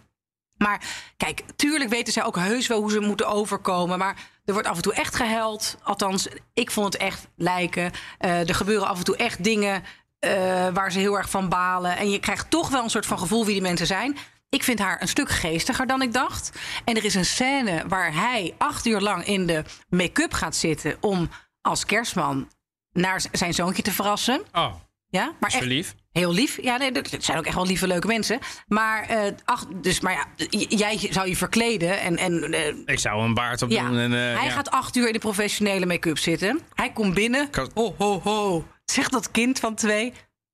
[SPEAKER 1] Maar kijk, tuurlijk weten zij ook heus wel hoe ze moeten overkomen. Maar er wordt af en toe echt gehuild. Althans, ik vond het echt lijken. Eh, er gebeuren af en toe echt dingen eh, waar ze heel erg van balen. En je krijgt toch wel een soort van gevoel wie die mensen zijn. Ik vind haar een stuk geestiger dan ik dacht. En er is een scène waar hij acht uur lang in de make-up gaat zitten... om als kerstman naar z- zijn zoontje te verrassen.
[SPEAKER 2] Oh,
[SPEAKER 1] Ja, maar
[SPEAKER 2] zo
[SPEAKER 1] echt
[SPEAKER 2] lief.
[SPEAKER 1] Heel lief. Ja, nee, dat dat zijn ook echt wel lieve, leuke mensen. Maar, eh, ach, dus, maar ja, j- jij zou je verkleden. En, en, eh,
[SPEAKER 2] Ik zou een baard op
[SPEAKER 1] ja.
[SPEAKER 2] doen. En, eh,
[SPEAKER 1] hij
[SPEAKER 2] ja.
[SPEAKER 1] gaat acht uur in de professionele make-up zitten. Hij komt binnen.
[SPEAKER 2] Kan-
[SPEAKER 1] Ho, ho, ho. Zegt dat kind van twee.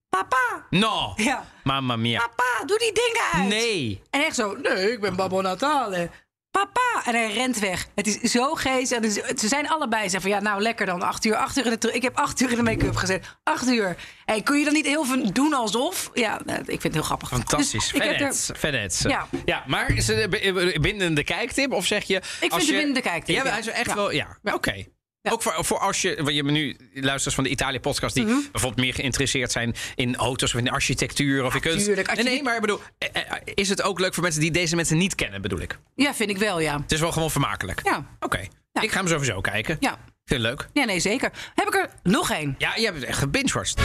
[SPEAKER 1] Papa,
[SPEAKER 2] No!
[SPEAKER 1] Ja.
[SPEAKER 2] Mamma mia.
[SPEAKER 1] papa, doe die dingen uit.
[SPEAKER 2] Nee.
[SPEAKER 1] En echt zo, nee, ik ben Babbo Natale. Papa! En hij rent weg. Het is zo geestig. Het is- Ze zijn allebei zeggen van ja, nou lekker dan. Acht uur, acht uur in de tru- Ik heb acht uur in de make-up gezet. Acht uur. Hey, kun je dan niet heel veel doen alsof? Ja, eh, ik vind het heel grappig.
[SPEAKER 2] Fantastisch.
[SPEAKER 1] Dus ik, heb er-
[SPEAKER 2] Vet. Vet.
[SPEAKER 1] Ja.
[SPEAKER 2] Ja. ja, maar is het een bi- bindende kijktip? Of zeg je. Ik
[SPEAKER 1] vind het bindende kijktip,
[SPEAKER 2] Ja,
[SPEAKER 1] ja.
[SPEAKER 2] hij is echt
[SPEAKER 1] Ja.
[SPEAKER 2] wel. Ja, oké. Ook voor, voor als je, want je hebt nu luisteraars van de Italië-podcast... die
[SPEAKER 1] Mhm.
[SPEAKER 2] bijvoorbeeld meer geïnteresseerd zijn in auto's of in architectuur of in kunst.
[SPEAKER 1] tuurlijk, als
[SPEAKER 2] nee,
[SPEAKER 1] je
[SPEAKER 2] nee,
[SPEAKER 1] die-
[SPEAKER 2] maar ik bedoel, eh, eh, is het ook leuk voor mensen die deze mensen niet kennen, bedoel ik?
[SPEAKER 1] Ja, vind ik wel, ja.
[SPEAKER 2] Het is wel gewoon vermakelijk.
[SPEAKER 1] Ja.
[SPEAKER 2] Oké, ik ga hem sowieso kijken.
[SPEAKER 1] Ja.
[SPEAKER 2] Ik vind het leuk.
[SPEAKER 1] Ja, nee, zeker. Heb ik er nog één?
[SPEAKER 2] Ja, je hebt het echt gebingewatched.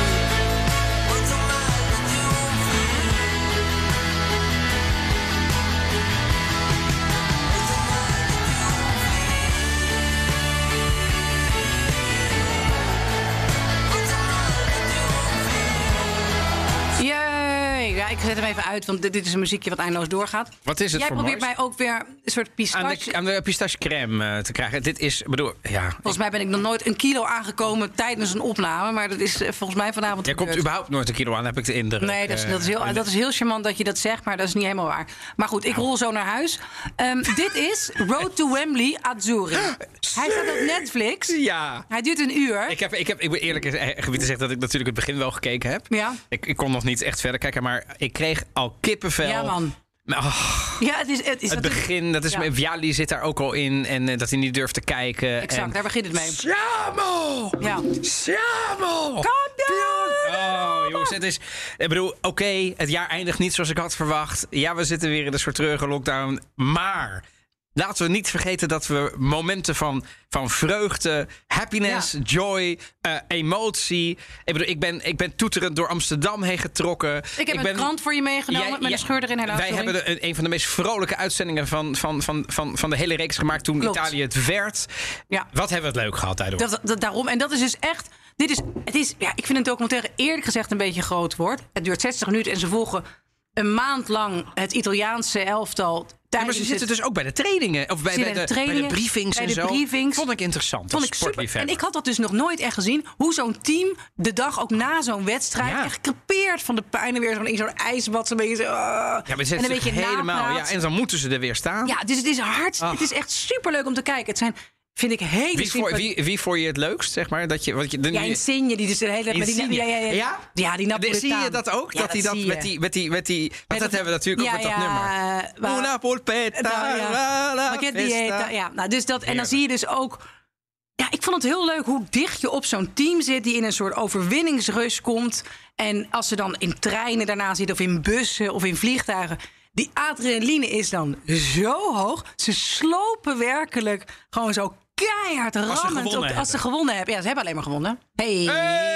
[SPEAKER 1] Jee. Ja, ik zet hem even uit, want dit, dit is een muziekje wat eindeloos doorgaat.
[SPEAKER 2] Wat is het
[SPEAKER 1] Jij
[SPEAKER 2] voor
[SPEAKER 1] probeert
[SPEAKER 2] moois?
[SPEAKER 1] mij ook weer een soort
[SPEAKER 2] Aan
[SPEAKER 1] pistache...
[SPEAKER 2] de, aan de pistache crème eh, te krijgen. Dit is, ik bedoel, ja...
[SPEAKER 1] Volgens mij ben ik nog nooit een kilo aangekomen tijdens een opname. Maar dat is eh, volgens mij vanavond
[SPEAKER 2] Jij komt
[SPEAKER 1] gebeurd.
[SPEAKER 2] überhaupt nooit een kilo aan, heb ik de indruk.
[SPEAKER 1] Nee, dat is,
[SPEAKER 2] Eh,
[SPEAKER 1] dat, is heel, dat is heel charmant dat je dat zegt, maar dat is niet helemaal waar. Maar goed, ik rol zo naar huis. Ehm, dit is Road to Wembley Azzurri. Hij staat op Netflix.
[SPEAKER 2] Ja.
[SPEAKER 1] Hij duurt een uur.
[SPEAKER 2] Ik, heb, ik, heb, ik ben eerlijk eh, gebied te zeggen dat ik natuurlijk het begin wel gekeken heb.
[SPEAKER 1] Ja.
[SPEAKER 2] Ik, ik kon nog niet echt verder kijken, maar ik kreeg al kippenvel.
[SPEAKER 1] Ja, man.
[SPEAKER 2] Maar, oh,
[SPEAKER 1] Ja, het is, het is
[SPEAKER 2] het
[SPEAKER 1] natuurlijk-
[SPEAKER 2] begin, dat is...
[SPEAKER 1] Ja.
[SPEAKER 2] Ja. Viali zit daar ook al in en eh, dat hij niet durft te kijken.
[SPEAKER 1] Exact,
[SPEAKER 2] en-
[SPEAKER 1] daar begint het mee.
[SPEAKER 2] Siamo!
[SPEAKER 1] Ja.
[SPEAKER 2] Siamo! Oh, jongens, het is... Ik bedoel, oké, het jaar eindigt niet zoals ik had verwacht. Ja, we zitten weer in een soort treurige lockdown. Maar laten we niet vergeten dat we momenten van, van vreugde, happiness,
[SPEAKER 1] Ja.
[SPEAKER 2] joy, eh, emotie... Ik bedoel, ik ben, ik ben toeterend door Amsterdam heen getrokken.
[SPEAKER 1] Ik heb
[SPEAKER 2] ben,
[SPEAKER 1] een krant voor je meegenomen
[SPEAKER 2] Jij-
[SPEAKER 1] met een
[SPEAKER 2] jij-
[SPEAKER 1] scheur erin. Helaas,
[SPEAKER 2] Wij
[SPEAKER 1] sorry.
[SPEAKER 2] hebben de- een, een van de meest vrolijke uitzendingen van, van, van, van, van de hele reeks gemaakt toen
[SPEAKER 1] Klopt.
[SPEAKER 2] Italië het werd.
[SPEAKER 1] Ja.
[SPEAKER 2] Wat hebben we het leuk gehad daardoor?
[SPEAKER 1] Dat, dat- daarom, en dat is dus echt. Dit is, het is, ja, ik vind een documentaire eerlijk gezegd een beetje een groot woord. Het duurt 60 minuten en ze volgen een maand lang het Italiaanse elftal.
[SPEAKER 2] Ja, maar
[SPEAKER 1] tijdens
[SPEAKER 2] ze
[SPEAKER 1] het-
[SPEAKER 2] zitten dus ook bij de trainingen. Of bij,
[SPEAKER 1] Ze
[SPEAKER 2] bij,
[SPEAKER 1] bij de
[SPEAKER 2] de, bij
[SPEAKER 1] trainingen,
[SPEAKER 2] de briefings
[SPEAKER 1] bij
[SPEAKER 2] en
[SPEAKER 1] de
[SPEAKER 2] zo.
[SPEAKER 1] briefings.
[SPEAKER 2] Vond ik interessant.
[SPEAKER 1] Vond
[SPEAKER 2] als
[SPEAKER 1] ik super. En
[SPEAKER 2] sportliefhebber.
[SPEAKER 1] ik had dat dus nog nooit echt gezien. Hoe zo'n team de dag ook na zo'n wedstrijd
[SPEAKER 2] Ja.
[SPEAKER 1] echt crepeert van de pijn en weer zo'n, in zo'n ijsbad. Zo'n beetje, zo, ah.
[SPEAKER 2] Ja, maar ze
[SPEAKER 1] en een
[SPEAKER 2] zitten
[SPEAKER 1] beetje
[SPEAKER 2] helemaal. Ja,
[SPEAKER 1] napraat.
[SPEAKER 2] en dan moeten ze er weer staan.
[SPEAKER 1] ja, dus het is hard.
[SPEAKER 2] Ach.
[SPEAKER 1] Het is echt super leuk om te kijken. Het zijn, vind ik, hele
[SPEAKER 2] Wie, voor,
[SPEAKER 1] sympathie-
[SPEAKER 2] wie, wie vond je het leukst, zeg maar? Dat je, wat je, de-
[SPEAKER 1] Ja, Insigne, die dus de hele... met die,
[SPEAKER 2] Insigne.
[SPEAKER 1] ja, ja, ja,
[SPEAKER 2] Ja?
[SPEAKER 1] Ja, die
[SPEAKER 2] de-
[SPEAKER 1] Napolitaan.
[SPEAKER 2] zie je dat ook?
[SPEAKER 1] Ja,
[SPEAKER 2] dat hij dat
[SPEAKER 1] zie
[SPEAKER 2] met
[SPEAKER 1] je.
[SPEAKER 2] die... Met die, met die want dat,
[SPEAKER 1] dat-
[SPEAKER 2] hebben we natuurlijk ook
[SPEAKER 1] Ja,
[SPEAKER 2] met dat
[SPEAKER 1] ja, eh,
[SPEAKER 2] nummer. nou?
[SPEAKER 1] waar-
[SPEAKER 2] Una polpetta,
[SPEAKER 1] Ja, ja.
[SPEAKER 2] la, la,
[SPEAKER 1] Maquette
[SPEAKER 2] festa.
[SPEAKER 1] dieta, ja. Nou, dus dat, en dan
[SPEAKER 2] Heerlijk.
[SPEAKER 1] zie je dus ook... Ja, ik vond het heel leuk hoe dicht je op zo'n team zit... die in een soort overwinningsrust komt. En als ze dan in treinen daarna zitten... of in bussen of in vliegtuigen... die adrenaline is dan zo hoog. Ze slopen werkelijk gewoon zo keihard
[SPEAKER 2] ze
[SPEAKER 1] rammend...
[SPEAKER 2] gewonnen
[SPEAKER 1] op de- als ze
[SPEAKER 2] hebben.
[SPEAKER 1] gewonnen hebben. Ja, ze hebben alleen maar gewonnen. Hey.
[SPEAKER 2] Hey!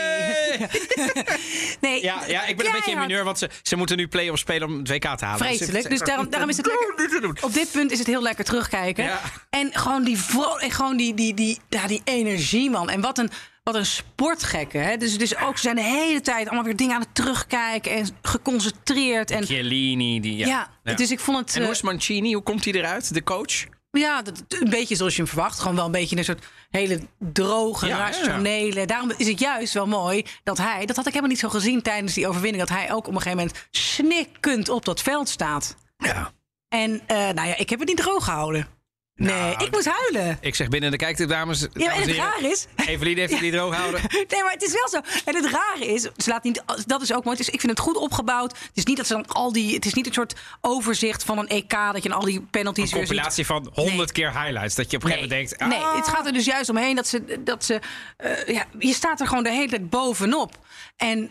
[SPEAKER 1] Nee,
[SPEAKER 2] Ja, ja, ik ben
[SPEAKER 1] keihard.
[SPEAKER 2] een beetje in mineur, want ze, ze moeten nu play-offs spelen om het WK te halen.
[SPEAKER 1] Vreselijk. Dus daarom, daarom is het lekker. Op dit punt is het heel lekker terugkijken.
[SPEAKER 2] Ja.
[SPEAKER 1] En gewoon die, vro- en gewoon die, die, die, ja, die energie, man. En wat een, wat een sportgekke. Hè? Dus, dus ook ze zijn de hele tijd allemaal weer dingen aan het terugkijken. En geconcentreerd. En, ja,
[SPEAKER 2] Chiellini, die... Ja, Ja.
[SPEAKER 1] dus ik vond het.
[SPEAKER 2] En
[SPEAKER 1] eh,
[SPEAKER 2] hoe is Mancini? Hoe komt hij eruit, de coach?
[SPEAKER 1] ja, dat, een beetje zoals je hem verwacht. Gewoon wel een beetje een soort hele droge,
[SPEAKER 2] Ja, ja, ja.
[SPEAKER 1] rationele. Daarom is het juist wel mooi dat hij, dat had ik helemaal niet zo gezien tijdens die overwinning, dat hij ook op een gegeven moment snikkend op dat veld staat.
[SPEAKER 2] Ja.
[SPEAKER 1] En eh, nou ja, ik heb het niet droog gehouden.
[SPEAKER 2] Nou,
[SPEAKER 1] Nee, ik moest huilen.
[SPEAKER 2] Ik zeg binnen de kijktip, dames,
[SPEAKER 1] Ja, en
[SPEAKER 2] dames
[SPEAKER 1] het
[SPEAKER 2] en heren.
[SPEAKER 1] raar is.
[SPEAKER 2] Evelien heeft die droog houden.
[SPEAKER 1] Nee, maar het is wel zo. En het rare is, ze laat niet, dat is ook mooi. Dus ik vind het goed opgebouwd. Het is niet dat ze dan al die, het is niet een soort overzicht van een EK dat je dan al die penalties
[SPEAKER 2] Een
[SPEAKER 1] weer ziet.
[SPEAKER 2] compilatie van 100 keer highlights. Dat je op een gegeven moment denkt...
[SPEAKER 1] nee,
[SPEAKER 2] ah,
[SPEAKER 1] het gaat er dus juist omheen dat ze, dat ze eh, ja, je staat er gewoon de hele tijd bovenop. En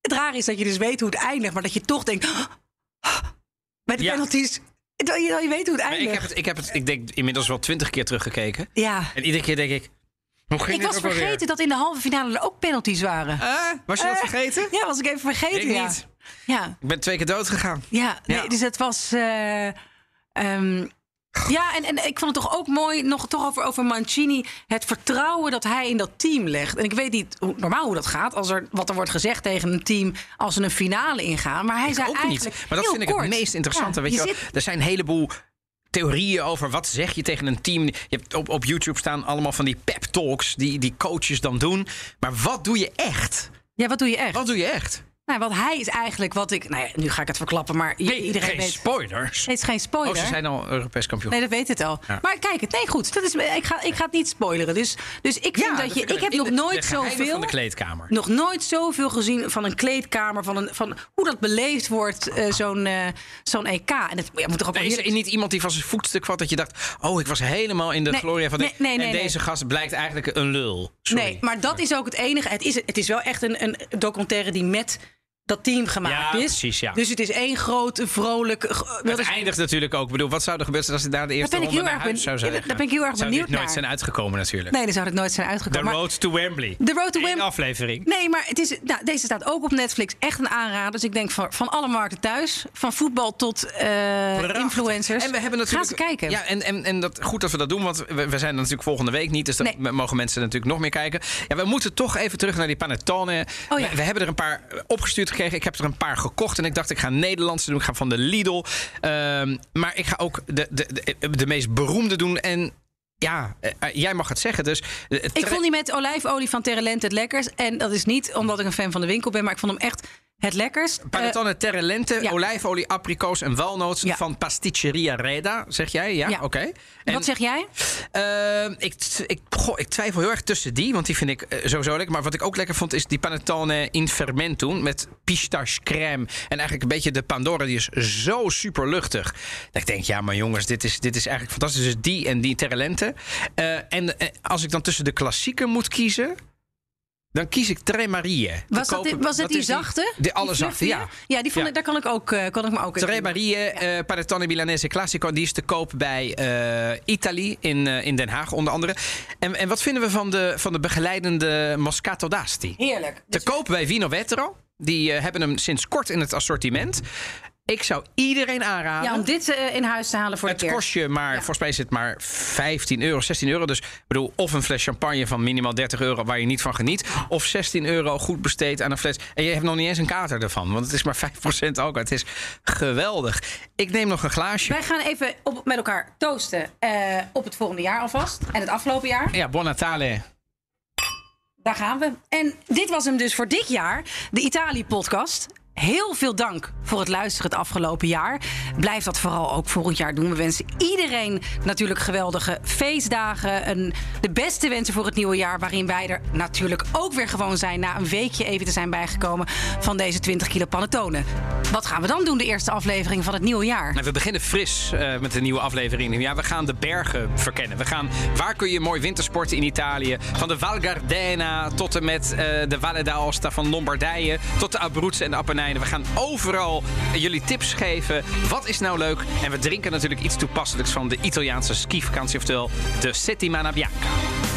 [SPEAKER 1] het rare is dat je dus weet hoe het eindigt, maar dat je toch denkt, bij de
[SPEAKER 2] Ja.
[SPEAKER 1] penalties, dat je, dat je weet hoe het
[SPEAKER 2] maar
[SPEAKER 1] eindigt.
[SPEAKER 2] ik, heb het, ik heb het, ik denk, inmiddels wel 20 keer teruggekeken.
[SPEAKER 1] Ja.
[SPEAKER 2] En iedere keer denk ik... Hoe ging
[SPEAKER 1] Ik
[SPEAKER 2] dit
[SPEAKER 1] was
[SPEAKER 2] ook alweer?
[SPEAKER 1] vergeten dat in de halve finale er ook penalties waren.
[SPEAKER 2] Eh, was je dat vergeten?
[SPEAKER 1] Ja, was ik even vergeten.
[SPEAKER 2] Ik
[SPEAKER 1] ja.
[SPEAKER 2] niet.
[SPEAKER 1] Ja, dus
[SPEAKER 2] Ik ben twee keer dood gegaan.
[SPEAKER 1] ja, nee,
[SPEAKER 2] Ja.
[SPEAKER 1] dus het was. eh, ehm, Ja, en, en ik vond het toch ook mooi, nog toch over, over Mancini, het vertrouwen dat hij in dat team legt. En ik weet niet hoe, normaal hoe dat gaat, als er, wat er wordt gezegd tegen een team als ze een finale ingaan. Maar hij zei
[SPEAKER 2] ook niet.
[SPEAKER 1] eigenlijk
[SPEAKER 2] Maar dat
[SPEAKER 1] heel
[SPEAKER 2] vind ik
[SPEAKER 1] kort.
[SPEAKER 2] het meest interessante.
[SPEAKER 1] Ja,
[SPEAKER 2] weet je wel.
[SPEAKER 1] zit-
[SPEAKER 2] Er zijn een heleboel theorieën over wat zeg je tegen een team. Je hebt op, op YouTube staan allemaal van die pep talks die, die coaches dan doen. Maar wat doe je echt?
[SPEAKER 1] ja, wat doe je echt?
[SPEAKER 2] Wat doe je echt?
[SPEAKER 1] Nou, want hij is eigenlijk wat ik... Nou ja, nu ga ik het verklappen, maar i- iedereen
[SPEAKER 2] geen
[SPEAKER 1] weet...
[SPEAKER 2] spoilers.
[SPEAKER 1] Nee, het is geen spoiler.
[SPEAKER 2] Oh, ze zijn al Europees kampioen.
[SPEAKER 1] Nee, dat weet het al.
[SPEAKER 2] Ja.
[SPEAKER 1] Maar kijk het. Nee, goed. Dat is, ik, ga, ik ga het niet spoileren. Dus, dus ik vind
[SPEAKER 2] Ja,
[SPEAKER 1] dat, je...
[SPEAKER 2] vind
[SPEAKER 1] Ik heb
[SPEAKER 2] in
[SPEAKER 1] nog
[SPEAKER 2] de-
[SPEAKER 1] nooit
[SPEAKER 2] de geheimen
[SPEAKER 1] zoveel...
[SPEAKER 2] van de kleedkamer.
[SPEAKER 1] nog nooit zoveel gezien van een kleedkamer, van, een, van hoe dat beleefd wordt, eh, zo'n eh, zo'n EK. En dat ja, moet toch ook wel
[SPEAKER 2] Nee, is
[SPEAKER 1] heerlijk
[SPEAKER 2] er niet iemand die van zijn voetstuk kwam dat je dacht... oh, ik was helemaal in de
[SPEAKER 1] Nee,
[SPEAKER 2] gloria van... de-
[SPEAKER 1] nee, nee, nee,
[SPEAKER 2] en
[SPEAKER 1] nee.
[SPEAKER 2] deze gast blijkt eigenlijk een lul. Sorry.
[SPEAKER 1] Nee, maar dat is ook het enige. Het is, het is wel echt een, een documentaire die met dat team gemaakt
[SPEAKER 2] Ja,
[SPEAKER 1] is.
[SPEAKER 2] precies, ja.
[SPEAKER 1] Dus het is één groot, vrolijk... ge-
[SPEAKER 2] Het
[SPEAKER 1] dat is-
[SPEAKER 2] eindigt natuurlijk ook. Ik bedoel, wat zou er gebeuren als ze daar de eerste
[SPEAKER 1] ben ik
[SPEAKER 2] ronde
[SPEAKER 1] heel
[SPEAKER 2] naar
[SPEAKER 1] erg
[SPEAKER 2] huis
[SPEAKER 1] ben-
[SPEAKER 2] zou zijn
[SPEAKER 1] ja, daar
[SPEAKER 2] gegaan?
[SPEAKER 1] ben ik heel erg
[SPEAKER 2] Zou
[SPEAKER 1] benieuwd
[SPEAKER 2] dit nooit
[SPEAKER 1] naar.
[SPEAKER 2] zijn uitgekomen natuurlijk.
[SPEAKER 1] nee, daar zou het nooit zijn
[SPEAKER 2] The
[SPEAKER 1] uitgekomen.
[SPEAKER 2] Road to Wembley.
[SPEAKER 1] The Road to
[SPEAKER 2] Eén
[SPEAKER 1] Wembley.
[SPEAKER 2] aflevering.
[SPEAKER 1] Nee, maar het is, nou, deze staat ook op Netflix. Echt een aanrader. Dus ik denk van, van alle markten thuis. Van voetbal tot eh,
[SPEAKER 2] Prachtig.
[SPEAKER 1] influencers.
[SPEAKER 2] En we hebben
[SPEAKER 1] Ga
[SPEAKER 2] natuurlijk,
[SPEAKER 1] ze kijken.
[SPEAKER 2] Ja, en, en, en dat, goed dat we dat doen, want we, we zijn er natuurlijk volgende week niet. Dus dan
[SPEAKER 1] Nee.
[SPEAKER 2] m- mogen mensen natuurlijk nog meer kijken. Ja, we moeten toch even terug naar die panettone.
[SPEAKER 1] Oh ja.
[SPEAKER 2] we, we hebben er een paar eh, opgestuurd gekregen. Ik heb er een paar gekocht. En ik dacht, ik ga Nederlandse doen. Ik ga van de Lidl. Ehm, maar ik ga ook de, de, de, eh, de meest beroemde doen. En ja, eh, eh, jij mag het zeggen. Dus, eh,
[SPEAKER 1] Ik
[SPEAKER 2] tre-
[SPEAKER 1] vond die met olijfolie van Terrelent het lekkers. En dat is niet omdat ik een fan van de winkel ben, maar ik vond hem echt het lekkers.
[SPEAKER 2] Panettone Terre Lente,
[SPEAKER 1] eh, ja.
[SPEAKER 2] olijfolie, abrikoos en walnoot
[SPEAKER 1] Ja.
[SPEAKER 2] van Pasticceria Reda, zeg jij? Ja,
[SPEAKER 1] Ja.
[SPEAKER 2] oké.
[SPEAKER 1] Eh,
[SPEAKER 2] En-
[SPEAKER 1] wat zeg jij?
[SPEAKER 2] Ehm, ik, ik, goh, ik twijfel heel erg tussen die, want die vind ik eh, sowieso lekker. Maar wat ik ook lekker vond is die panettone in fermentum met pistachecrème. En eigenlijk een beetje de Pandora, die is zo super luchtig. Dat ik denk, ja maar jongens, dit is, dit is eigenlijk fantastisch. Dus die en die Terrelente. Eh, en eh, als ik dan tussen de klassieken moet kiezen... Dan kies ik Tre Marie. Te
[SPEAKER 1] Was dat,
[SPEAKER 2] kopen-
[SPEAKER 1] die, was dat die
[SPEAKER 2] is
[SPEAKER 1] zachte?
[SPEAKER 2] Die, allerzachte,
[SPEAKER 1] fluffy?
[SPEAKER 2] ja.
[SPEAKER 1] Ja, die vond
[SPEAKER 2] Ja.
[SPEAKER 1] Ik, daar kan ik, ook, eh, kan ik me ook in
[SPEAKER 2] Tre
[SPEAKER 1] vinden.
[SPEAKER 2] Marie, eh Panettone Milanese Classico. Die is te koop bij eh Italië in, eh, in Den Haag onder andere. En, en wat vinden we van de, van de begeleidende Moscato d'Asti?
[SPEAKER 1] Heerlijk. Dus,
[SPEAKER 2] Te koop bij Vino Vetro. Die eh, hebben hem sinds kort in het assortiment. Ik zou iedereen aanraden.
[SPEAKER 1] Ja, om dit eh, in huis te halen voor de
[SPEAKER 2] Het
[SPEAKER 1] kerst.
[SPEAKER 2] kost je maar, volgens mij is het maar 15 euro, 16 euro. Dus ik bedoel, of een fles champagne van minimaal 30 euro waar je niet van geniet. Of 16 euro goed besteed aan een fles. En je hebt nog niet eens een kater ervan, want het is maar 5% alcohol. Het is geweldig. Ik neem nog een glaasje.
[SPEAKER 1] Wij gaan even op, met elkaar toosten eh, op het volgende jaar alvast. En het afgelopen jaar.
[SPEAKER 2] Ja, buon Natale.
[SPEAKER 1] Daar gaan we. En dit was hem dus voor dit jaar, de Italië-podcast. Heel veel dank voor het luisteren het afgelopen jaar. Blijf dat vooral ook volgend jaar doen. We wensen iedereen natuurlijk geweldige feestdagen. En de beste wensen voor het nieuwe jaar. Waarin wij er natuurlijk ook weer gewoon zijn. Na een weekje even te zijn bijgekomen van deze 20 kilo panettone. Wat gaan we dan doen, de eerste aflevering van het nieuwe jaar?
[SPEAKER 2] Nou, we beginnen fris eh, met een nieuwe aflevering. Ja, we gaan de bergen verkennen. We gaan, waar kun je mooi wintersporten in Italië? Van de Val Gardena tot en met eh, de Valle d'Aosta van Lombardije... tot de Abruzzen en de Appenijnen. We gaan overal eh, jullie tips geven. Wat is nou leuk? En we drinken natuurlijk iets toepasselijks van de Italiaanse skivakantie... oftewel de Settimana Bianca.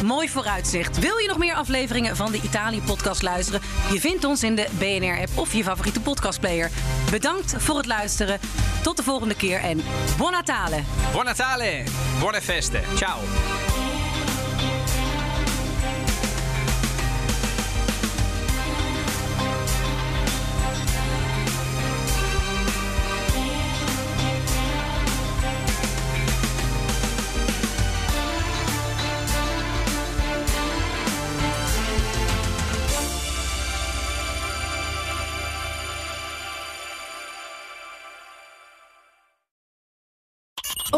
[SPEAKER 1] Mooi vooruitzicht. Wil je nog meer afleveringen van de Italië-podcast luisteren? Je vindt ons in de BNR-app of je favoriete podcastplayer. Bedankt voor het luisteren. Tot de volgende keer en buon Natale!
[SPEAKER 2] Buon Natale! Buone feste! Ciao!